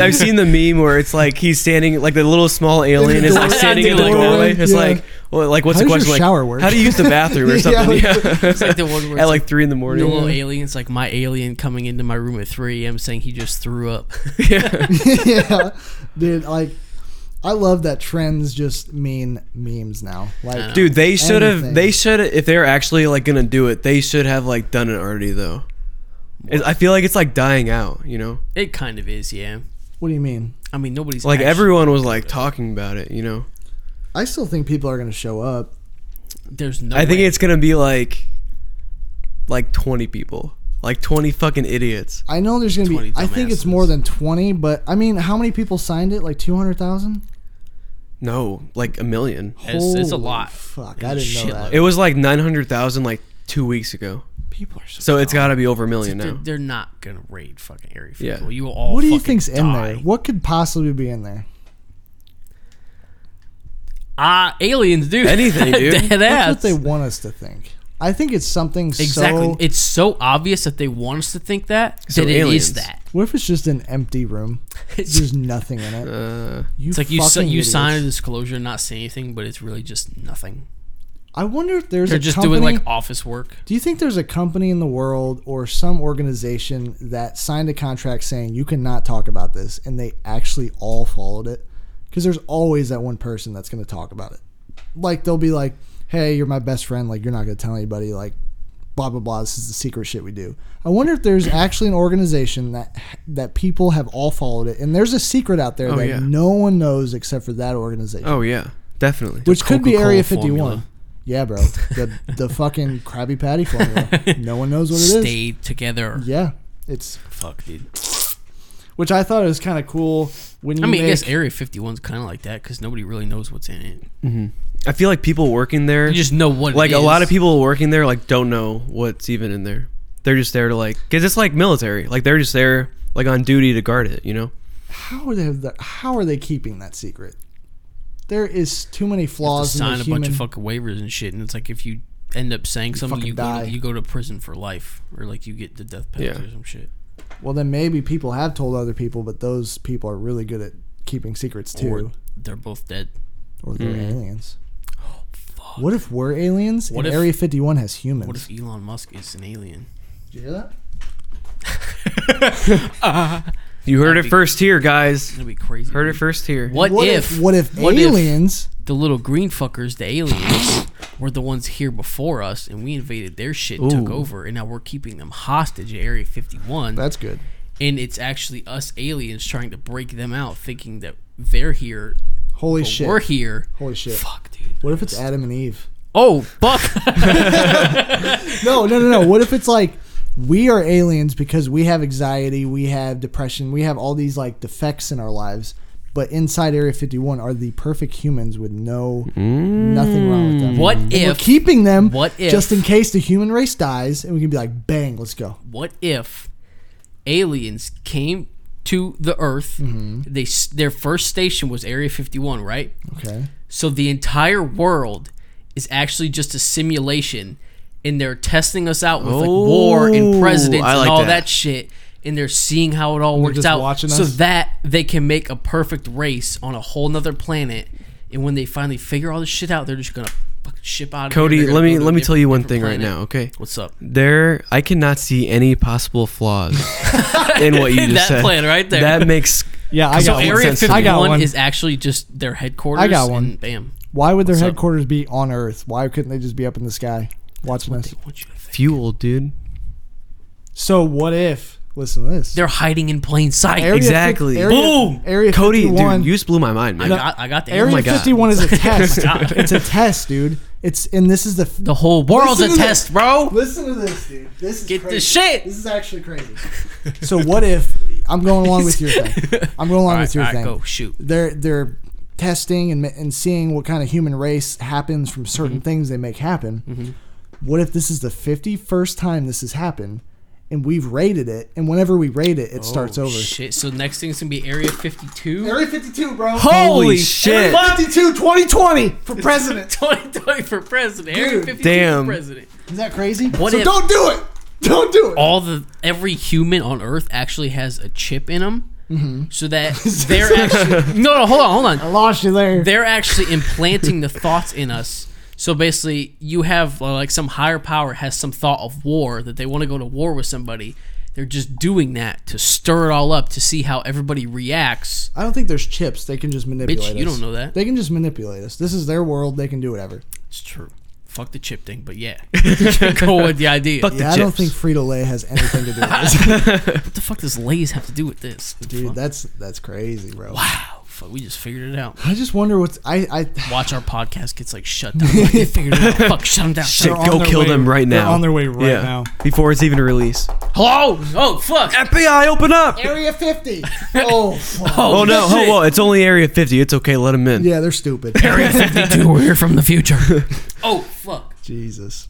I've seen the meme where it's like he's standing like the little small alien is like door- standing in the doorway, doorway. It's yeah. like, well, like what's How the does question? your like, shower work? how do you use the bathroom or Yeah, something? like- Yeah, It's like the one where at it's like three in the morning. The little alien. It's like my alien coming into my room at 3 a.m. saying he just threw up. yeah, dude. Like, I love that trends just mean memes now. Like, Dude, they should have. anything. They should if they're actually like gonna do it. They should have like done it already though. It- I feel like it's like dying out. You know, It kind of is, yeah. What do you mean? I mean, nobody's like actually- everyone was like talking about it. You know, I still think people are gonna show up. There's no. I think it's gonna be like, like twenty people, like twenty fucking idiots. I know there's gonna be. 20 I think it's more than twenty, but I mean, how many people signed it? Like two hundred thousand. No, like a million. It's- it's a lot. Fuck, It's I a didn't know shitload. that. It was like nine hundred thousand like two weeks ago. People are so. So it's got to be over a million they're, now. they're not gonna raid fucking Area Yeah. 51. You will all. what do you fucking think's in there? What could possibly be in there? Ah, aliens, dude. Dead That's ass. what they want us to think. I think it's something Exactly. so. it's so obvious that they want us to think that that it is that. What if it's just an empty room? There's nothing in it. You Uh, it's like you si- fucking you idiots. sign a disclosure, and not say anything, but it's really just nothing. I wonder if there's They're a just company, doing like office work. Do you think there's a company in the world or some organization that signed a contract saying you cannot talk about this and they actually all followed it? Because there's always that one person that's going to talk about it. Like they'll be like, hey, you're my best friend. Like you're not going to tell anybody. Like blah, blah, blah. This is the secret shit we do. I wonder if there's actually an organization that that people have all followed it. And there's a secret out there Oh, that yeah. no one knows except for that organization. Oh yeah, definitely. Which could be Coca-Cola Area 51. formula. Yeah, bro. The the fucking Krabby Patty formula. No one knows what it is. Stay together. Yeah, it's Fuck, dude. Which I thought was kind of cool when you I mean, I make- guess Area 51's kind of like that because nobody really knows what's in it. hmm I feel like people working there. You just know what it Like a lot is. of people working there, like don't know what's even in there. They're just there to like, cause it's like military. Like they're just there, like on duty to guard it. You know. how are they how are they keeping that secret? There is too many To flaws in sign the a human. bunch of fucking waivers and shit, and it's like if you end up saying something, fucking you go, die. to, you go to prison for life, or like you get the death penalty Yeah. or some shit. Well, then maybe people have told other people, but those people are really good at keeping secrets too. Or they're both dead. Or they're Mm. aliens. Oh, What if we're aliens What and if- Area 51 has humans? What if Elon Musk is an alien? Did you hear that? You heard it first here, guys. That'd be crazy. Heard it first here. What, What if, if- what if aliens- the little green fuckers, the aliens, were the ones here before us, and we invaded their shit, and took Ooh. over, and now we're keeping them hostage at Area 51. That's good. And it's actually us aliens trying to break them out, thinking that they're here. Holy but shit. We're here. Holy shit. Fuck, dude. What if it's Adam and Eve? Oh, fuck. no, no, no, no. What if it's like we are aliens because we have anxiety, we have depression, we have all these like defects in our lives, but inside Area 51 are the perfect humans with no nothing wrong with them. What And we're if- keeping them? what if- just in case the human race dies, and we can be like, bang, let's go. What if aliens came to the Earth? Mm-hmm. They s- their first station was Area 51, right? Okay. So the entire world is actually just a simulation, and they're testing us out with like war Oh, and presidents I and like all that. that. shit, and they're seeing how it all they're works just out, watching so us? that they can make a perfect race on a whole nother planet. And when they finally figure all this shit out, they're just gonna fucking ship out. Of here. Cody, They're let gonna me go to a let me different- tell you one different thing right planet. now, okay? What's up? There, I cannot see any possible flaws in what you just that said. plan right there. That makes so complete Area sense to me. 51 is actually just their headquarters. I got one. And bam. Why would their What's up? headquarters be on Earth? Why couldn't they just be up in the sky watching us? fuel, dude. So what if? Listen to this. They're hiding in plain sight. Area fif- exactly. Area- Boom. Area Cody, 51 dude, you just blew my mind, man. I got- I got the Oh Area my God. 51 is a test. Oh my God. it's a test, dude. It's and this is the the whole world's a test, bro. Listen to this, dude. This is Get crazy. this shit. This is actually crazy. So what if I'm going along with your thing? I'm going along All with right, your all right, thing. go, shoot. They're they're testing and ma- and seeing what kind of human race happens from certain Mm-hmm. things they make happen. What if this is the 51st time this has happened? And we've rated it, and whenever we rate it, it starts Oh, over. Shit. So next thing's gonna be Area 52. Area 52, bro. Holy, Holy shit. shit. Area 52, 2020 for president. 2020 for president. Area 52 Damn. for president. Is that crazy? What so if- don't do it. Don't do it. All the every human on Earth actually has a chip in them. Mm-hmm. So that they're actually no no hold on hold on I lost you there they're actually implanting the thoughts in us so basically you have uh, like some higher power has some thought of war that they want to go to war with somebody they're just doing that to stir it all up to see how everybody reacts I don't think there's chips. They can just manipulate us. Bitch, you don't know that. They can just manipulate us. This is their world. They can do whatever. it's true fuck the chip thing but yeah go with the idea yeah, I don't think Frito Lay has anything to do with this. what the fuck does Lay's have to do with this Dude, that's that's crazy, bro. Wow, fuck, we just figured it out. I just wonder what's I I Watch our podcast gets like shut down. Like, they figured it out. Fuck, shut them down. Shit, Shut 'em down. go kill them right now. Yeah. Before it's even released. Hello? Oh, fuck. FBI, open up. Area 50. Oh, fuck. Oh, no. Oh, whoa. It's only Area 50. It's okay. Let them in. Yeah, they're stupid. Area 52, we're here from the future. Oh, fuck. Jesus.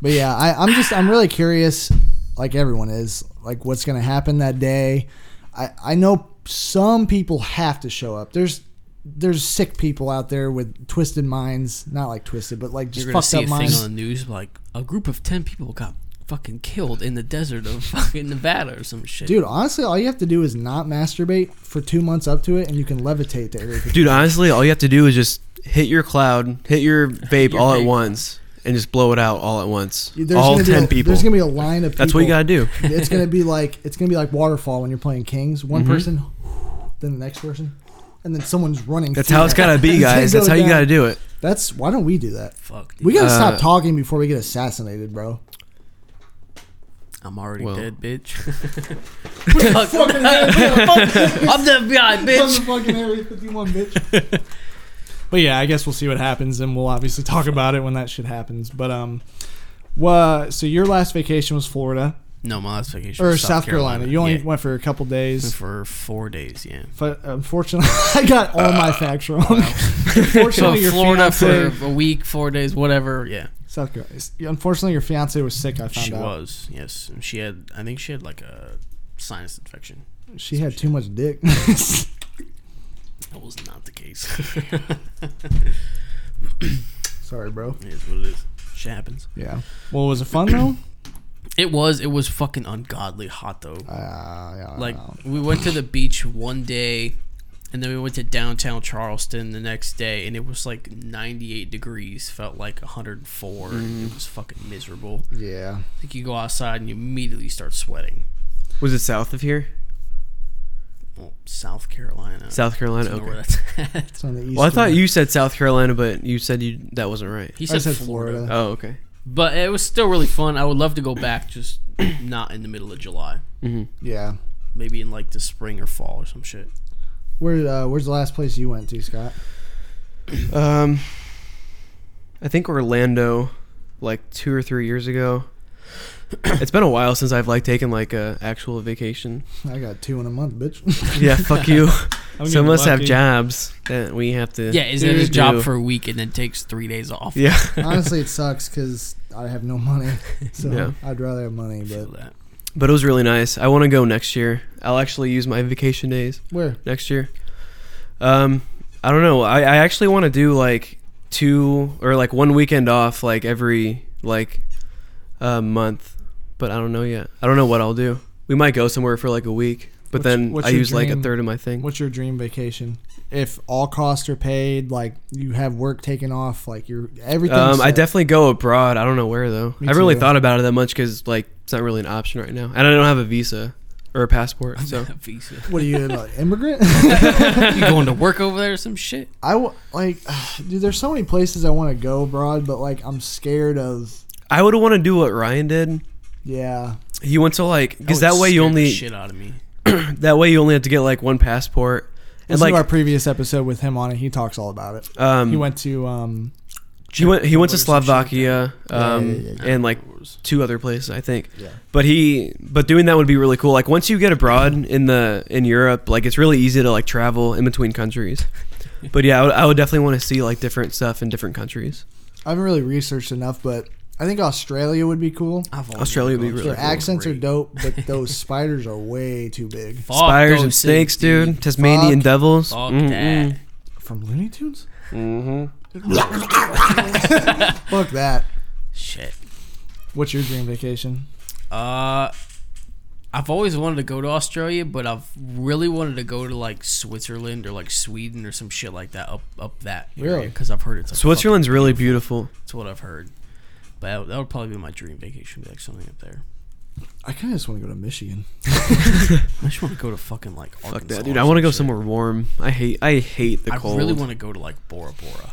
But yeah, I, I'm just I'm really curious, like everyone is, like what's gonna happen that day. I I know some people have to show up. There's there's sick people out there with twisted minds, not like twisted, but like just You're gonna fucked see a up thing minds. on the news like a group of ten people got fucking killed in the desert of fucking Nevada or some shit. Dude, honestly, all you have to do is not masturbate for two months up to it, and you can levitate to area. 50. Dude, honestly, all you have to do is just hit your cloud, hit your vape all at once, and just blow it out all at once. There's all gonna be ten a- people. There's gonna be a line of. That's what you people. gotta do. It's gonna be like it's gonna be like waterfall when you're playing kings. One Mhm. person, then the next person, and then someone's running. That's through how it's that. gotta be, They guys. That's go how you down. gotta do it. That's why don't we do that? Fuck, we gotta Uh, stop talking before we get assassinated, bro. I'm already Well. dead, bitch. Fucking FBI. I'm the FBI, bitch. I'm the fucking Area 51, bitch. But yeah, I guess we'll see what happens, and we'll obviously talk about it when that shit happens. But um, well, so your last vacation was Florida No, my last vacation. or was South, Carolina. You only Yeah. went for a couple days. for four days, yeah. But unfortunately, I got all Ah, my facts wrong. So unfortunately, your Florida fiance, for a week, four days, whatever. Yeah, South Carolina. Unfortunately, your fiance was sick. I found she out. was. Yes, and she had. I think she had like a sinus infection. She had too much dick. That was not the case. Sorry, bro. It is what it is. Shit happens. Yeah. Well, was it fun though? It was it was fucking ungodly hot though. Uh, like Oh. we went to the beach one day, and then we went to downtown Charleston the next day, and it was like 98 degrees. Felt like 104. Mm. It was fucking miserable. Yeah, like you go outside and you immediately start sweating. Was it south of here? Well, South Carolina. South Carolina. I don't know Okay. where that's at. It's on the Well, I thought you said South Carolina, but you said you that wasn't right. He I said said Florida. Florida. Oh, okay. But it was still really fun. I would love to go back, just not in the middle of July. Mhm. Yeah. Maybe in like the spring or fall or some shit. Where uh, where's the last place you went to, Scott? Um, I think Orlando, like two or three years ago. it's been a while since I've like taken like a actual vacation. I got two in a month, bitch. Yeah, fuck you. I'm Some getting of us have lucky. jobs that we have to. Yeah, is it his do. job for a week and then takes three days off? Yeah. Honestly, it sucks because I have no money, so Yeah. I'd rather have money. But But it was really nice. I want to go next year. I'll actually use my vacation days. Where? Next year. Um, I don't know. I, I actually want to do like two or like one weekend off like every like uh, month, but I don't know yet. I don't know what I'll do. We might go somewhere for like a week, but What's- then what's I your use like a dream- third of my thing. What's your dream vacation? if all costs are paid, like you have work taken off, like you're everything. Um, I definitely go abroad. I don't know where though. Me I really too. thought about it that much because like it's not really an option right now, and I don't have a visa or a passport. So visa. What are you, an uh, immigrant? you going to work over there or some shit? I w- like, dude. There's so many places I want to go abroad, but like I'm scared of. I would want to do what Ryan did. Yeah. You went to like because That that would way you scare the only shit out of me. that way you only have to get like one passport and Listen to our like previous episode with him on it. He talks all about it. Um, he went to um, he went he went to Or some shit like Slovakia that. Yeah, um, yeah, yeah, yeah. and like two other places I think. Yeah. But he but doing that would be really cool. Like once you get abroad in the in Europe, like it's really easy to like travel in between countries. but yeah, I would, I would definitely want to see like different stuff in different countries. I haven't really researched enough, but I think Australia would be cool. Ah, Australia would be really Their cool. accents are dope, but those spiders are way too big. Spiders and snakes, dude. Tasmanian Fuck. devils. Fuck Mm-mm. From Looney Tunes? Mm-hmm. Mhm. Fuck that. Shit. What's your dream vacation? Uh, I've always wanted to go to Australia, but I've really wanted to go to like Switzerland or like Sweden or some shit like that up up that Really? because I've heard it's like Switzerland's fucking really beautiful. beautiful. That's what I've heard. But that, that would probably be my dream vacation, be like something up there. I kind of just want to go to Michigan. I just want to go to fucking like Arkansas. Fuck that, dude. or I want to some go shit. somewhere warm. I hate I hate the I cold. really want to go to like Bora Bora.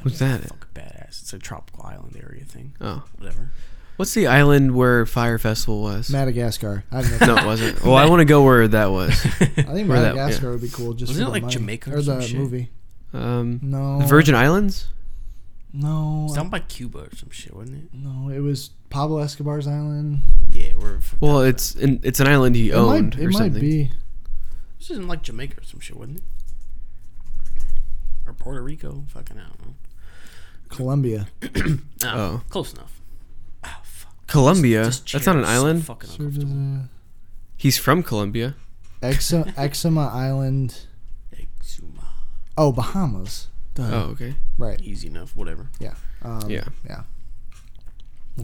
What's that? Fuck badass. It's a tropical island area thing. Oh. whatever. What's the island where Fire Festival was? Madagascar. I have no, no- it wasn't. Well, I want to go where that was. I I think Madagascar would be cool. Just Wasn't for the it like money. Jamaica or or the some shit? movie? Um, No. the Virgin Islands. No, It's I- down by Cuba or some shit, wasn't it? no, it was Pablo Escobar's island. Yeah, we're. Mm-hmm. Well, it's an, it's an island he It might- owned it or might something. be. This isn't like Jamaica or some shit, wasn't it? Or Puerto Rico? Fucking I don't know. Colombia. Ah, Oh. close enough. Ah, Colombia. This- this That's not chair an is so island. fucking Sure does, uh, He's from Colombia. Exa- Exuma Island. Exuma. Oh, Bahamas. Duh. Oh, okay. Right. Easy enough. Whatever. Yeah. Um, Yeah. Yeah.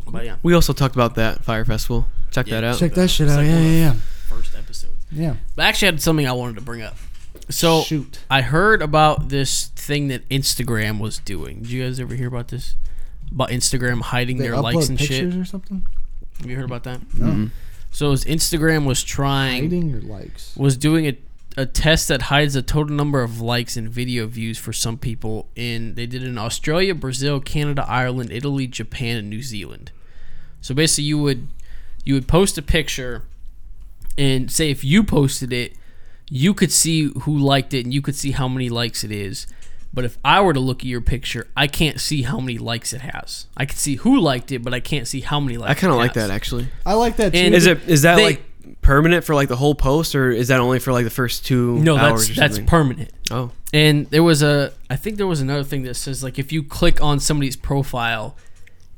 But yeah. We also talked about that Fire Festival. Check that out. Check that shit It's out. like yeah, one of the yeah, yeah. First episode. Yeah. But I actually had something I wanted to bring up. So Shoot. I heard about this thing that Instagram was doing. Did you guys ever hear about this? About Instagram hiding They their likes upload and shit. pictures or something. Have you heard about that? No. Mhm. So his Instagram was trying Hiding your likes. was doing a a test that hides the total number of likes and video views for some people in they did it in Australia, Brazil, Canada, Ireland, Italy, Japan, and New Zealand. So basically you would you would post a picture and say if you posted it, you could see who liked it and you could see how many likes it is. But if I were to look at your picture, I can't see how many likes it has. I can see who liked it, but I can't see how many likes. I kind of it like has. that actually. I like that too. And is it is that they- like permanent for like the whole post or is that only for like the first two? No, hours that's or that's something? permanent. Oh. And there was a I think there was another thing that says like if you click on somebody's profile,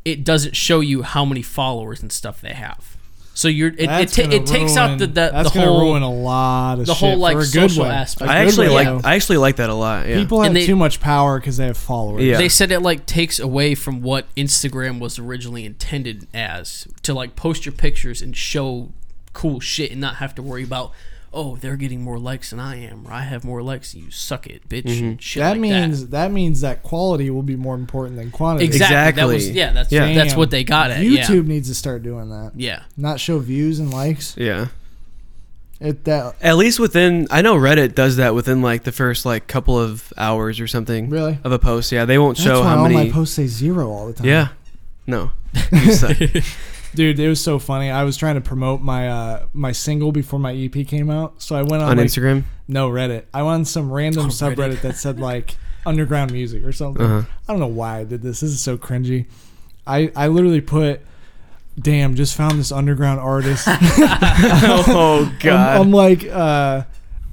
it doesn't show you how many followers and stuff they have. So you're it, it, That's ta- gonna it takes out the ruin- the, that's the gonna whole ruin a lot of the shit whole like for a good social way. aspect. A I good actually way, like though. I actually like that a lot. Yeah. People have And they- too much power because they have followers. Yeah. They said it like takes away from what Instagram was originally intended as to like post your pictures and show cool shit and not have to worry about oh they're getting more likes than I am or I have more likes than you suck it bitch Mm-hmm. and shit that like means that. means that quality will be more important than quantity. Exactly. That was, Exactly. yeah, that's Yeah. that's Damn. what they got at. YouTube Yeah. needs to start doing that. Yeah. Not show views and likes. yeah. It that At least within, I know Reddit does that within like the first like couple of hours or something. Really? Of a post, yeah. They won't that's show why how all many. my posts say zero all the time. yeah. No. You suck. Dude, it was so funny. I was trying to promote my uh my single before my EP came out, so I went on, On like- Instagram? No Reddit. I went on some random Oh, Reddit. subreddit that said like underground music or something. Uh-huh. I don't know why I did this. This is so cringy. I I literally put. Damn! Just found this underground artist. oh god. I'm, I'm like, uh,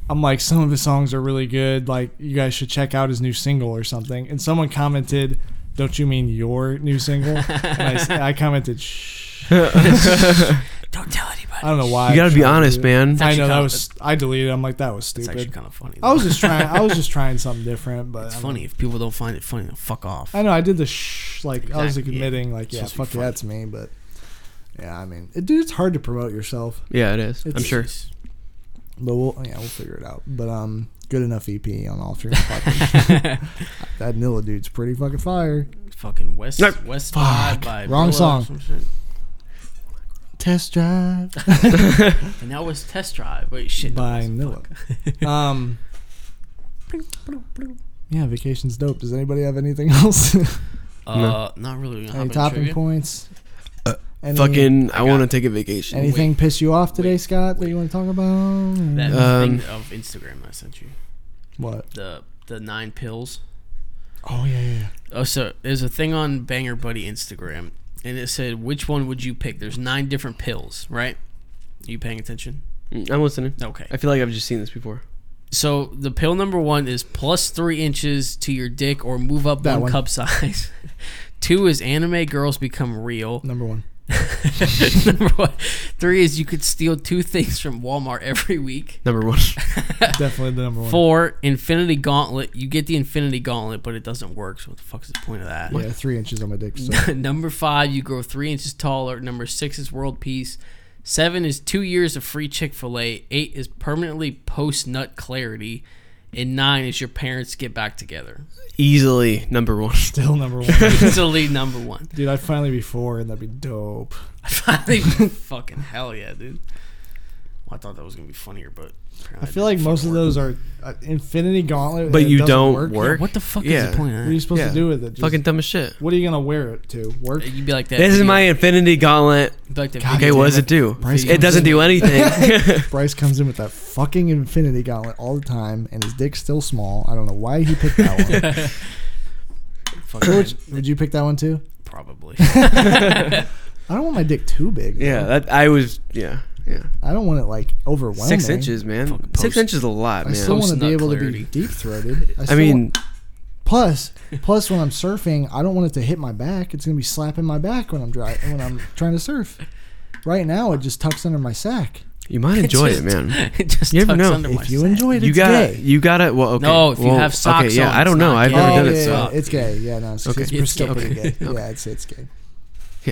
I'm like, some of his songs are really good. Like, you guys should check out his new single or something. And someone commented, "Don't you mean your new single?" and I, s- I commented, "Shh." Don't tell anybody. I don't know why. You gotta I be tried to honest, do it. man. It's I actually know that kinda- was. I deleted. it. I'm like, that was It's actually stupid. kind of funny. I was just trying. I was just trying something different, but It's I don't funny if people don't find it funny. Then fuck off. know. I know. I did the shh. Like I was like, Exactly, yeah. admitting, like, It's yeah, supposed to be fuck yeah, that's me. funny. But yeah, I mean, it, dude, it's hard to promote yourself. yeah, it is. I'm It's- sure. But we'll yeah, we'll figure it out. But um, good enough EP on all three. fucking- that Nilla dude's pretty fucking fire. Fucking West No. West Side by Wrong Billa or song. some shit. Test drive And that was test drive. Wait, shit. no, by that's- Nilla. Um, yeah, vacation's dope. Does anybody have anything else? Uh, not really. Any topping points? Any- Fucking, I, got want to it. take a vacation. Anything piss you off today, Wait. Scott? That you want to talk about? That Um, thing of Instagram I sent you. what? The the nine pills. Oh yeah, yeah. yeah. Oh, so there's a thing on Banger Buddy Instagram, and it said which one would you pick? There's nine different pills, right? you paying attention? Mm, I'm listening. Okay. I feel like I've just seen this before. Uh, So the pill number one is plus three inches to your dick or move up That one, one. cup size. Two is anime girls become real. Number one. number one. Three is you could steal two things from Walmart every week. Number one. Definitely the number one. Four, Infinity Gauntlet. You get the Infinity Gauntlet, but it doesn't work. So what the fuck's the point of that? Yeah, three inches on my dick. So. number five, you grow three inches taller. Number six is world peace. Seven is two years of free Chick fil A. Eight is permanently post nut clarity. And nine is your parents get back together. Easily number one. Still number one. Easily number one. Dude, I'd finally be four, and that'd be dope. I finally fucking hell yeah, dude. Well, I thought that was gonna be funnier, but I feel like most of those are uh, Infinity Gauntlet, But and it you doesn't don't work. work? what the fuck Yeah. is the point? Of What are you that? supposed Yeah. to do with it? Just- Fucking dumb as shit. What are you gonna wear it to? Work? You'd be like that. This is video- my infinity gauntlet. you'd be like that. Okay, video- what does it do? Bryce it comes doesn't in. do anything. Bryce comes in with that fucking Infinity Gauntlet all the time, and his dick's still small. I don't know why he picked that one. Fucking- George, would you pick that one too? probably. I don't want my dick too big. though. yeah, that I was. Yeah, yeah. I don't want it like overwhelming. Six inches, man. Fucking Six post- inches is a lot, I man. still want to be Post-nut able clarity. to be deep throated. I mean, Plus, plus when I'm surfing, I don't want it to hit my back. It's gonna be slapping my back when I'm dry, when I'm trying to surf. Right now, it just tucks under my sack. you might enjoy it, man. it just You never tucks know. under my If you sack. enjoyed it You gotta, today, you gotta. Well, okay. No, if you well, have socks okay, yeah, on, I don't it's know. not I've gay. never Oh, done yeah, it, so yeah, it's gay. Yeah, no, it's, Okay. it's, It's still gay. pretty gay. Okay. Yeah, it's it's gay.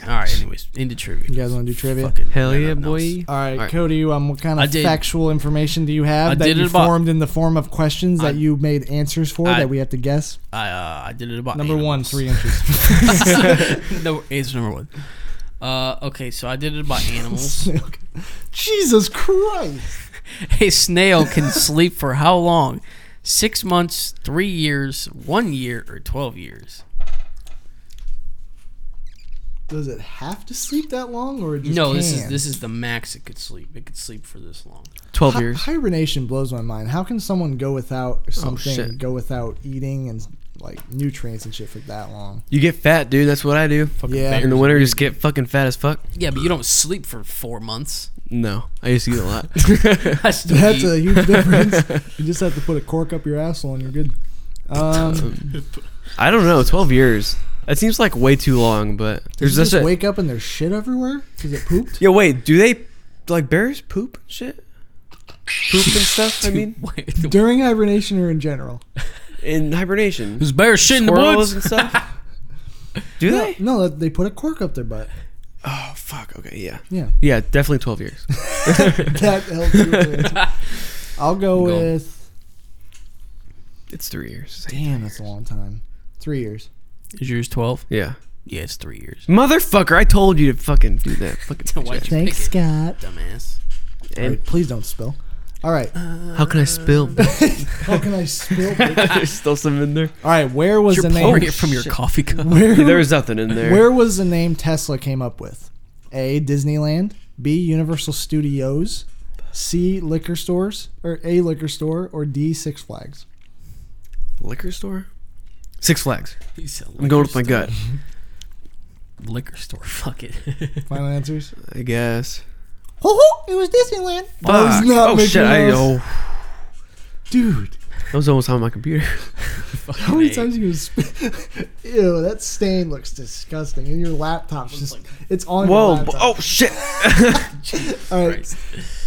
All right. Anyways, into trivia. You guys want to do trivia? hell yeah, nothing boy. else. All right, All right. Cody. Um, what kind I of did- factual information do you have I that did you it about- formed in the form of questions I- that you made answers for I- that we have to guess? I uh, I did it about Number one, animals. three inches. no, it's number one. Uh, okay, so I did it about animals. Okay. Jesus Christ! A snail can sleep for how long? Six months, three years, one year, or twelve years? Does it have to sleep that long, or it just No, this is can? this is the max it could sleep. It could sleep for this long. Twelve Hi- years. Hibernation blows my mind. How can someone go without Oh, something, shit. go without eating and like nutrients and shit for that long? You get fat, dude. That's what I do. Fucking Yeah. In the winter, just get fucking fat as fuck. Yeah, but you don't sleep for four months. No, I used to eat a lot. I still That's a eat. huge difference. you just have to put a cork up your asshole and you're good. Um, I don't know. Twelve years. It seems like way too long, but Does there's it just just a wake up and there's shit everywhere because it pooped. Yo, wait, do they like bears poop and shit? Poop and stuff. I mean, During hibernation or in general? in hibernation, There's bears shit in the Squirrels woods. and stuff. Do no, they? No, they put a cork up their butt. Oh fuck. Okay, yeah. Yeah. Yeah, definitely twelve years. that helps you with it. I'll Go. go with. It's three years. Damn, that's a long time. Three years. Is yours twelve? Yeah. Yeah, it's three years. Motherfucker, I told you to fucking do that. Fucking Why'd you Thanks, pick Scott. it, Dumbass. All And- right, please don't spill. All right. How can I spill? How can I spill? There's still some in there. All right. Where was You're the name? pouring it from your coffee cup. Where, Yeah, there was nothing in there. where was the name Tesla came up with? A. Disneyland. B. Universal Studios. C. Liquor stores or A. Liquor store or D. Six Flags. Liquor store? Six Flags. You said I'm going with liquor my gut. store- liquor store. Fuck it. Final answers. I guess. Ho ho! It was Disneyland. Fuck. oh shit! I oh, Dude, that was almost on my computer. how many times you gonna spit? Ew, that stain looks disgusting. And your laptop's just it's on your Whoa! laptop. Oh shit! All right.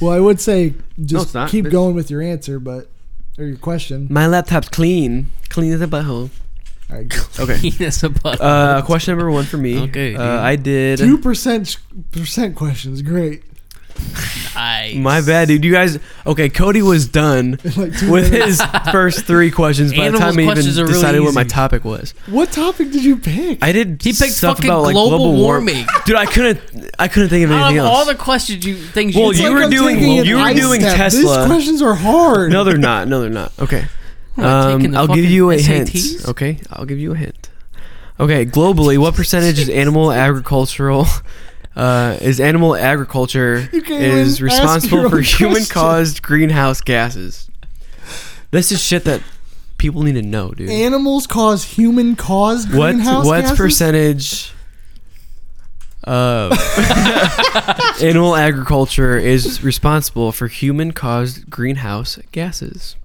Well, I would say just it's not. keep It's- going with your answer, but or your question. My laptop's clean, clean as a butthole. All right. Okay. That's a butt. Uh, question number one for me. Okay, Uh, dude. I did. Two percent percent questions. Great. Nice. My bad, dude. You guys. Okay, Cody was done Like two with minutes. his first three questions by the Animals time he even questions are really decided what my easy. topic was. What topic did you pick? I did. He picked stuff fucking about, like, global global, warm- warming. dude. I couldn't. I couldn't think of Out anything of else. all the questions you things Well, you, you were I'm doing- taking an it you were ice. ice doing Tesla. These questions are hard. No, they're not. No, they're not. Okay. not taking Um, the I'll give fucking you a SATs. hint. Okay, I'll give you a hint. Okay, globally, what percentage is animal agricultural? Uh, is animal agriculture You is can't even ask your responsible for own human question. caused greenhouse gases? This is shit that people need to know, dude. Animals cause human caused what greenhouse what gases? percentage of animal agriculture is responsible for human caused greenhouse gases?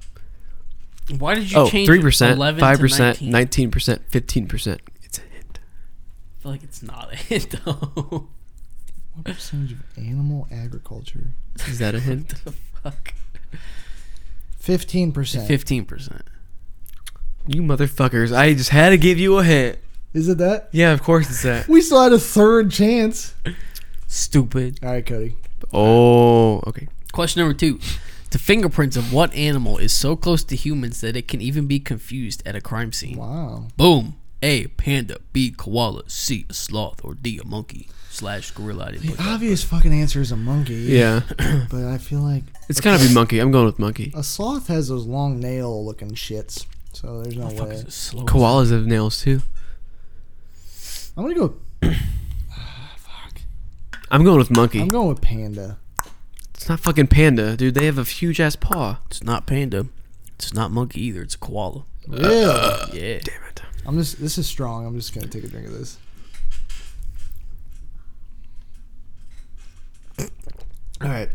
Why did you Oh, change? three percent, 11 to five percent, 19? nineteen percent, fifteen percent. It's a hint. I feel like it's not a hint though. What percentage of animal agriculture? Is that a hint? the fuck? Fifteen percent. Fifteen percent. you motherfuckers! I just had to give you a hint. Is it that? Yeah, of course it's that. We still had a third chance. Stupid. All right, Cody. Oh, okay. Question number two. The fingerprints of what animal is so close to humans that it can even be confused at a crime scene? Wow. Boom. A panda, B koala, C a sloth, or D a monkey slash gorilla. I didn't The put that. obvious fucking answer is a monkey. Yeah, But I feel like it's gotta be monkey. I'm going with monkey. a sloth has those long nail looking shits. So there's no uh, way. It's slow. Koalas have nails too. I'm gonna go. I'm going with monkey. I'm going with panda. it's not fucking panda, dude. They have a huge ass paw. It's not panda. It's not monkey either. It's a koala. Really? Yeah. Damn it. I'm just. This is strong. I'm just gonna take a drink of this. All right.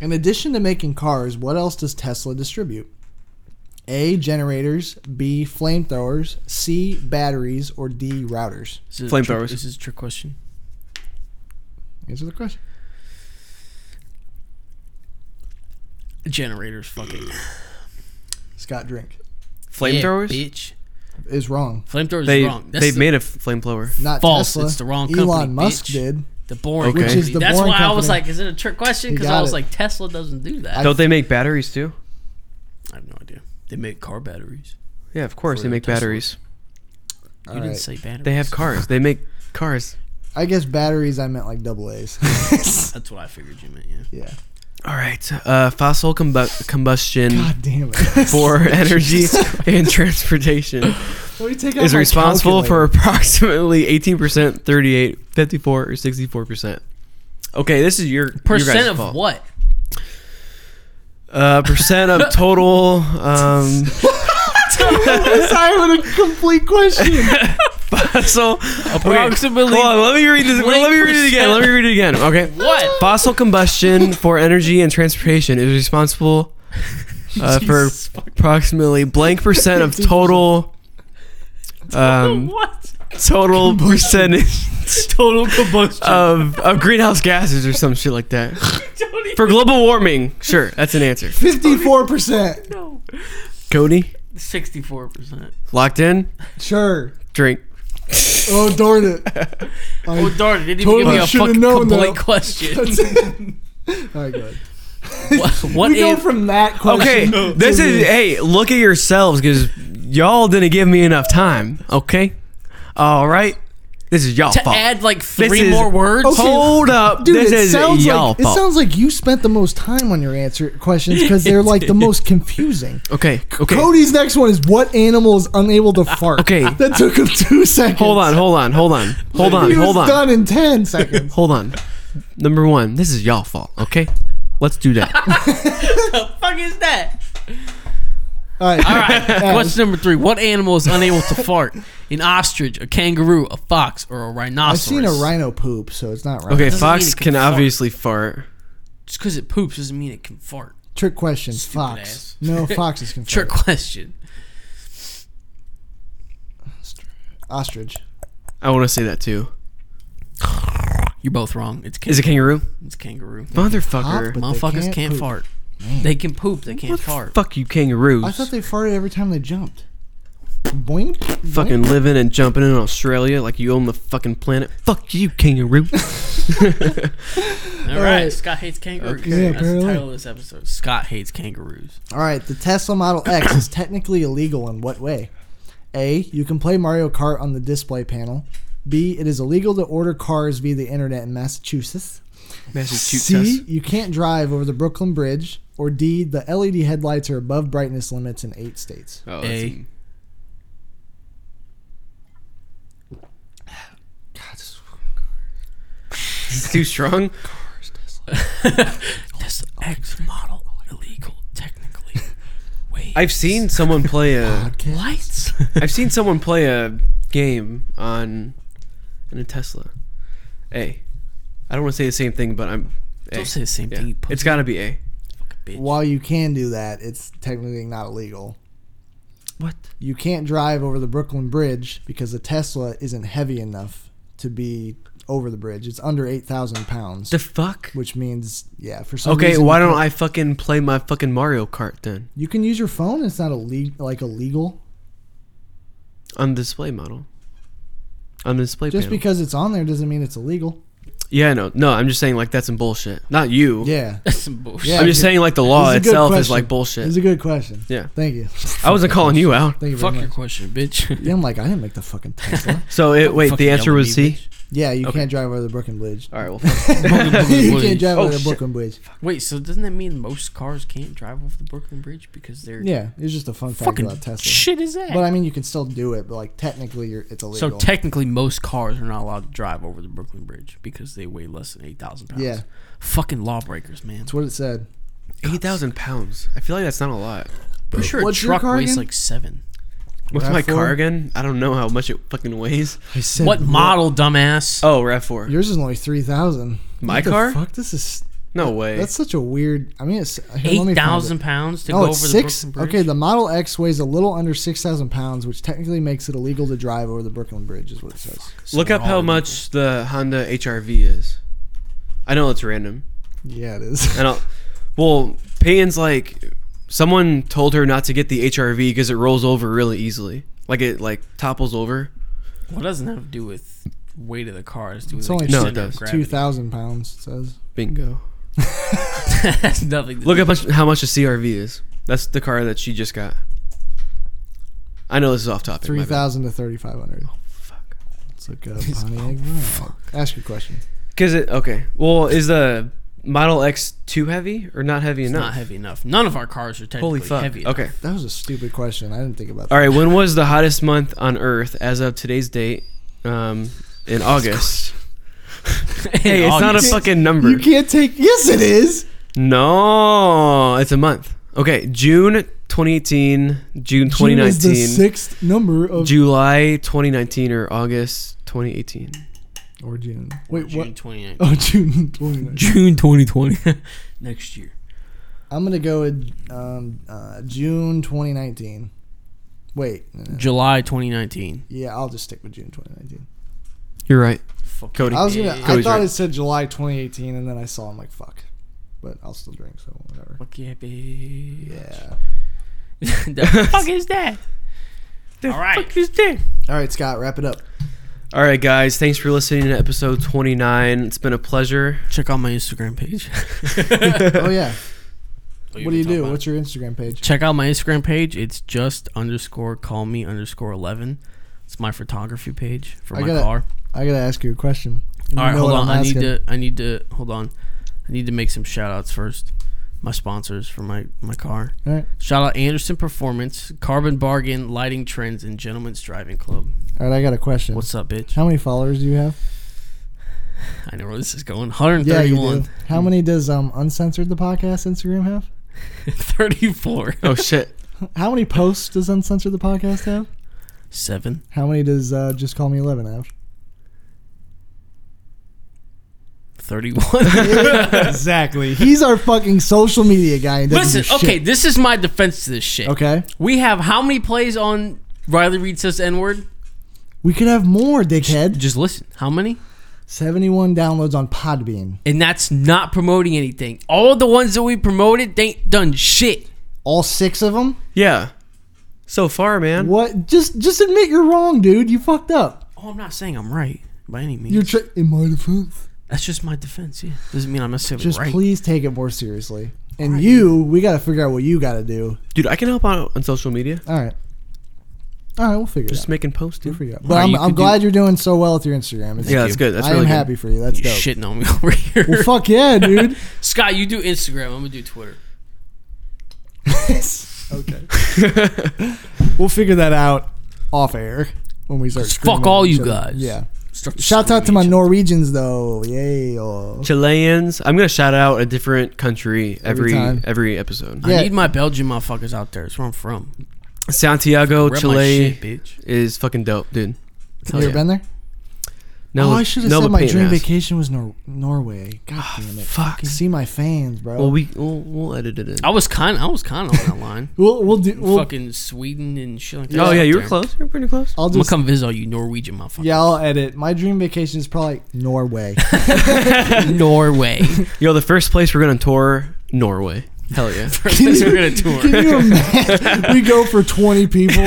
In addition to making cars, what else does Tesla distribute? A. Generators. B. Flamethrowers. C. Batteries. Or D. Routers. Is it a Flamethrowers. trick- This is a trick question. Answer the question. Generators, fucking Scott Drink Flamethrowers? Yeah, bitch. is wrong. Flamethrowers they is wrong. That's they the, made a f- flamethrower. Not False. Tesla. It's the wrong Elon company, Musk bitch. did. the boring. Okay. Which company. is the That's Boring why I was Company. like, is it a trick question? You Because I got was it. like, Tesla doesn't do that. Don't they make batteries too? I have no idea. They make car batteries. Yeah, of course For they the make Tesla. batteries. You All didn't right. say batteries. They have cars. They make cars. I guess batteries. I meant like double A's. That's what I figured you meant. Yeah. yeah. All right. Uh, fossil combu- combustion. God damn it. for energy and transportation Let me take out is my responsible for calculator. approximately 18%, 38, 54 or 64%. Okay, this is your your Percent guys' of fault. what? Uh, percent of total um, I have a complete question. fossil Approximately Okay, hold on, let me read this. Let me read it again. Let me read it again. Okay. What? Fossil combustion for energy and transportation is responsible uh, for Jesus fucking- approximately blank percent of total um, what? total percentage total combustion of, of greenhouse gases or some shit like that. For global warming, sure, that's an answer. Fifty-four percent. No. Cody, Sixty-four percent. locked in. Sure. Drink. Oh darn it! I Oh darn! it, Didn't even totally give me a shoulda fucking known complete that. That's question. it. All right, good. what, what we go if- from that Okay, question. to this is this. hey. Look at yourselves, because y'all didn't give me enough time. Okay, all right. This is y'all to fault. add like This three is- Oh, more words? Okay. Hold up, Dude, this it is sounds y'all like fault. it sounds like you spent the most time on your answer questions because they're like the most confusing. okay, okay. Cody's next one is what animal is unable to fart? Okay. that took him two seconds. Hold on, hold on, hold on, hold on, he was hold on, done in ten seconds. hold on. Number one, this is y'all fault. Okay, let's do that. fuck is that? All right, All right. Question number three: What animal is unable to fart? An ostrich, a kangaroo, a fox, or a I've rhinoceros? seen a rhino poop, so it's not right. Okay, Doesn't mean Fox it can can fart. obviously fart. Just because it poops doesn't mean it can fart. Trick question. Fox. ass. No, fox is confused. Trick question. Ostrich. I want to say that too. You're both wrong. It's kangaroo. Is it kangaroo? It's kangaroo. Motherfucker. But they Motherfuckers can't can't, poop. fart. They can poop. They can't fart. Fuck you, kangaroos. I thought they farted every time they jumped. Boing. fucking living and jumping in Australia like you own the fucking planet. Fuck you, kangaroo. All right. Scott hates kangaroos. Okay. Yeah, That's the apparently. title of this episode. Scott hates kangaroos. All right, the Tesla Model X is technically illegal in what way? A. You can play Mario Kart on the display panel. B. It is illegal to order cars via the internet in Massachusetts. C. You can't drive over the Brooklyn Bridge. Or D. The LED headlights are above brightness limits in eight states. Oh, A. that's- it's too strong. Tesla X model illegal technically. Wait. I've seen someone play a. lights. I've seen someone play a game on, in a Tesla. A. I don't want to say the same thing, but I'm. A. Don't say the same Yeah. thing. You pussy It's got to be A. fucking bitch. While you can do that, it's technically not illegal. What? You can't drive over the Brooklyn Bridge because the Tesla isn't heavy enough to be over the bridge. It's under 8,000 pounds. The fuck? which means yeah for some Okay, reason why you don't can- I fucking play my fucking Mario Kart then you can use your phone it's not illegal like illegal on the display model? On the display just panel. because it's on there doesn't mean it's illegal Yeah, no, no. I'm just saying like that's some bullshit. Not you. yeah That's some bullshit. Yeah. I'm just saying like the law It's a good itself is question. like it's bullshit. a good question Yeah. thank you I wasn't calling you out. thank you Fuck very your much question, bitch. yeah, I'm like I didn't make the fucking Tesla. So it, wait, Fucking the answer yell at was me, C. bitch. Yeah, you can't drive over the Brooklyn Bridge. All right, well, fuck. you can't Bridge. drive Oh, over the shit. Brooklyn Bridge. Wait, so doesn't that mean most cars can't drive off the Brooklyn Bridge because they're Yeah, it's just a fun fact fucking about Tesla. shit is that? But I mean, you can still do it. But like technically, you're it's illegal. so technically, most cars are not allowed to drive over the Brooklyn Bridge because they weigh less than eight thousand pounds. Yeah. fucking lawbreakers, man. that's what it said. eight thousand pounds. I feel like that's not a lot. I'm sure What's a your truck car weighs again? like seven. What's Rav my four? car again? I don't know how much it fucking weighs. I said what model, dumbass? Oh, Rav four. Yours is only three thousand. My car? fuck, this is No way. that's such a weird. I mean, it's here, let me find eight it. thousand pounds to No, go Oh, it's over six. the Brooklyn Bridge. Okay, the Model X weighs a little under six thousand pounds, which technically makes it illegal to drive over the Brooklyn Bridge, is what it says. Look So up we're all how in much the Honda HRV is. I know it's random. Yeah, it is. And I'll, well, Peyton's like, someone told her not to get the HRV because it rolls over really easily. Like it like topples over. Well, it doesn't have to do with weight of the car. It's, to do It's with, only like, No, it center of does. gravity. Two thousand pounds it says. Bingo. That's nothing. to Look do- up much, how much a CRV is. That's the car that she just got. I know this is off topic. Three my bad. thousand to thirty five hundred. Oh fuck. Let's look up Pontiac. Ask your question. Cause it okay. Well, is the Model X too heavy or not heavy It's enough? not heavy enough. None of our cars are technically Holy fuck. heavy. enough. okay. That was a stupid question. I didn't think about that. All right. When was the hottest month on Earth as of today's date? Um, in August. hey, it's not a August. fucking number. You can't take. Yes, it is. No, it's a month. Okay, June 2018, June June is the 2019, sixth number of July 2019, or August 2018. or June. Wait, June what? 29th. Oh, June. 29. June 2020. Next year. I'm gonna go with um, uh, June 2019. Wait. July 2019. Yeah, I'll just stick with June 2019. You're right. Fuck Cody. I was gonna. I Cody's thought right. it said July 2018, and then I saw. I'm like, fuck. But I'll still drink, so whatever. Fuck yeah, bitch. Yeah. the fuck is that? The All right. fuck is that? All right, Scott, wrap it up. All right, guys. Thanks for listening to episode 29. It's been a pleasure. Check out my Instagram page. oh yeah. you what do you been talking do? about? What's your Instagram page? Check out my Instagram page. It's just underscore call me underscore 11. It's my photography page for I my gotta- car. I gotta ask you a question. And you All right, know hold what on. I'm I need asking. to. I need to hold on. I need to make some shout outs first. My sponsors for my my car. All right. Shout out Anderson Performance, Carbon Bargain, Lighting Trends, and Gentlemen's Driving Club. All right, I got a question. What's up, bitch? How many followers do you have? I know where this is going. Yeah, you 131, do. How many does um uncensored the podcast Instagram have? 34, Oh, shit. How many posts does uncensored the podcast have? seven. How many does uh, just call me eleven have? 31. exactly. He's our fucking social media guy. And doesn't Listen, do okay, shit. this is my defense to this shit. Okay. We have how many plays on Riley Reed says N word? We could have more, dickhead. Just listen. How many? Seventy-one downloads on Podbean. And that's not promoting anything. All the ones that we promoted, they ain't done shit. All six of them. Yeah. So far, man. What? Just just admit you're wrong, dude. You fucked up. Oh, I'm not saying I'm right by any means. You're tr- in my defense. that's just my defense. Yeah, doesn't mean I'm necessarily Just right. please take it more seriously. And you, we got to figure out what you got to do. Dude, I can help out on social media. All right. All right, we'll figure Just it out. making posts, dude. Figure it out. But Alright, I'm, you I'm could glad you're doing so well with your Instagram. It's, Yeah, that's good. That's I really am good. happy for you. That's You dope. shitting on me over here. Well, fuck yeah, dude. Scott, you do Instagram. I'm gonna do Twitter. okay. we'll figure that out off air when we start. Fuck screaming at all each you other. guys. Yeah. Start Shout out to screaming my each Norwegians though. Yay. Oh. Chileans. I'm gonna shout out a different country every Every time. every, episode. other. Yeah. I need my Belgian motherfuckers out there. That's where I'm from. Santiago, Rep my Chile shit, bitch. is fucking dope, dude. You ever been there? No, oh, I should have no said but my pain dream ass. vacation was Nor- Norway. God damn it. fuck. Can see my fans, bro. Well, we we'll, we'll edit it in. I was kind. I was kind of on that line. we'll, we'll do. We'll, Fucking Sweden and shit like that. oh yeah, you were Damn. close. You were pretty close. I'll I'm gonna just. come visit all you Norwegian motherfuckers. Yeah, I'll edit. My dream vacation is probably Norway. Norway. Yo, the first place we're gonna tour Norway. Hell yeah. First place we're gonna tour. Can you imagine? we go for 20 people.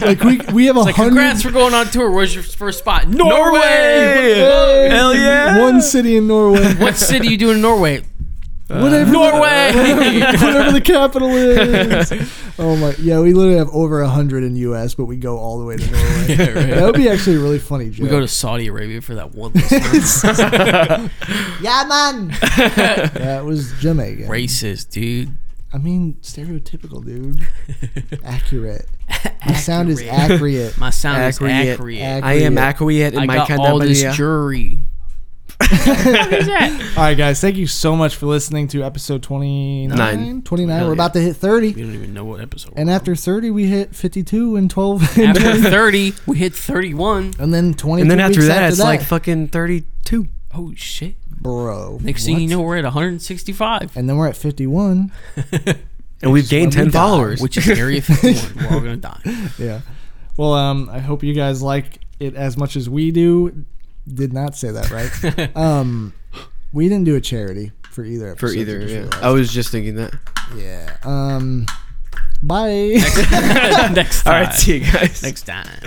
Like we we have a Like, hundred. congrats for going on tour. Where's your first spot? Norway! Hey! Hell yeah! One city in Norway. What city you doing in Norway? whatever, Norway. whatever the capital is. Oh my! Yeah, we literally have over a hundred in U.S., but we go all the way to Norway. That would be actually a really funny joke. We go to Saudi Arabia for that one listener. yeah, man. that was Jamaica. Racist, dude. I mean, stereotypical, dude. accurate. My sound is accurate. My sound is Accurate. accurate. Ac- I am acquiescent in I my got all this cannabidia. jury. All right, guys. Thank you so much for listening to episode 29. Nine. 29. Hell We're about to hit 30. We don't even know what episode. And we're after 30, we hit 52 and 12. on. And, after thirty, we hit thirty-one. then 20. And then after that, it's like fucking 32. Oh shit! bro. Next thing you what? know, we're at one hundred and sixty-five, And then we're at 51. And we've gained when 10 we die. followers. which is area fifty-one. we're all gonna die. Yeah. Well, um, I hope you guys like it as much as we do. Did not say that right. um, we didn't do a charity for either for episode. either. did you Yeah. realize? I was just thinking that. Yeah. Um, bye. Next All time. right, see you guys. Next time.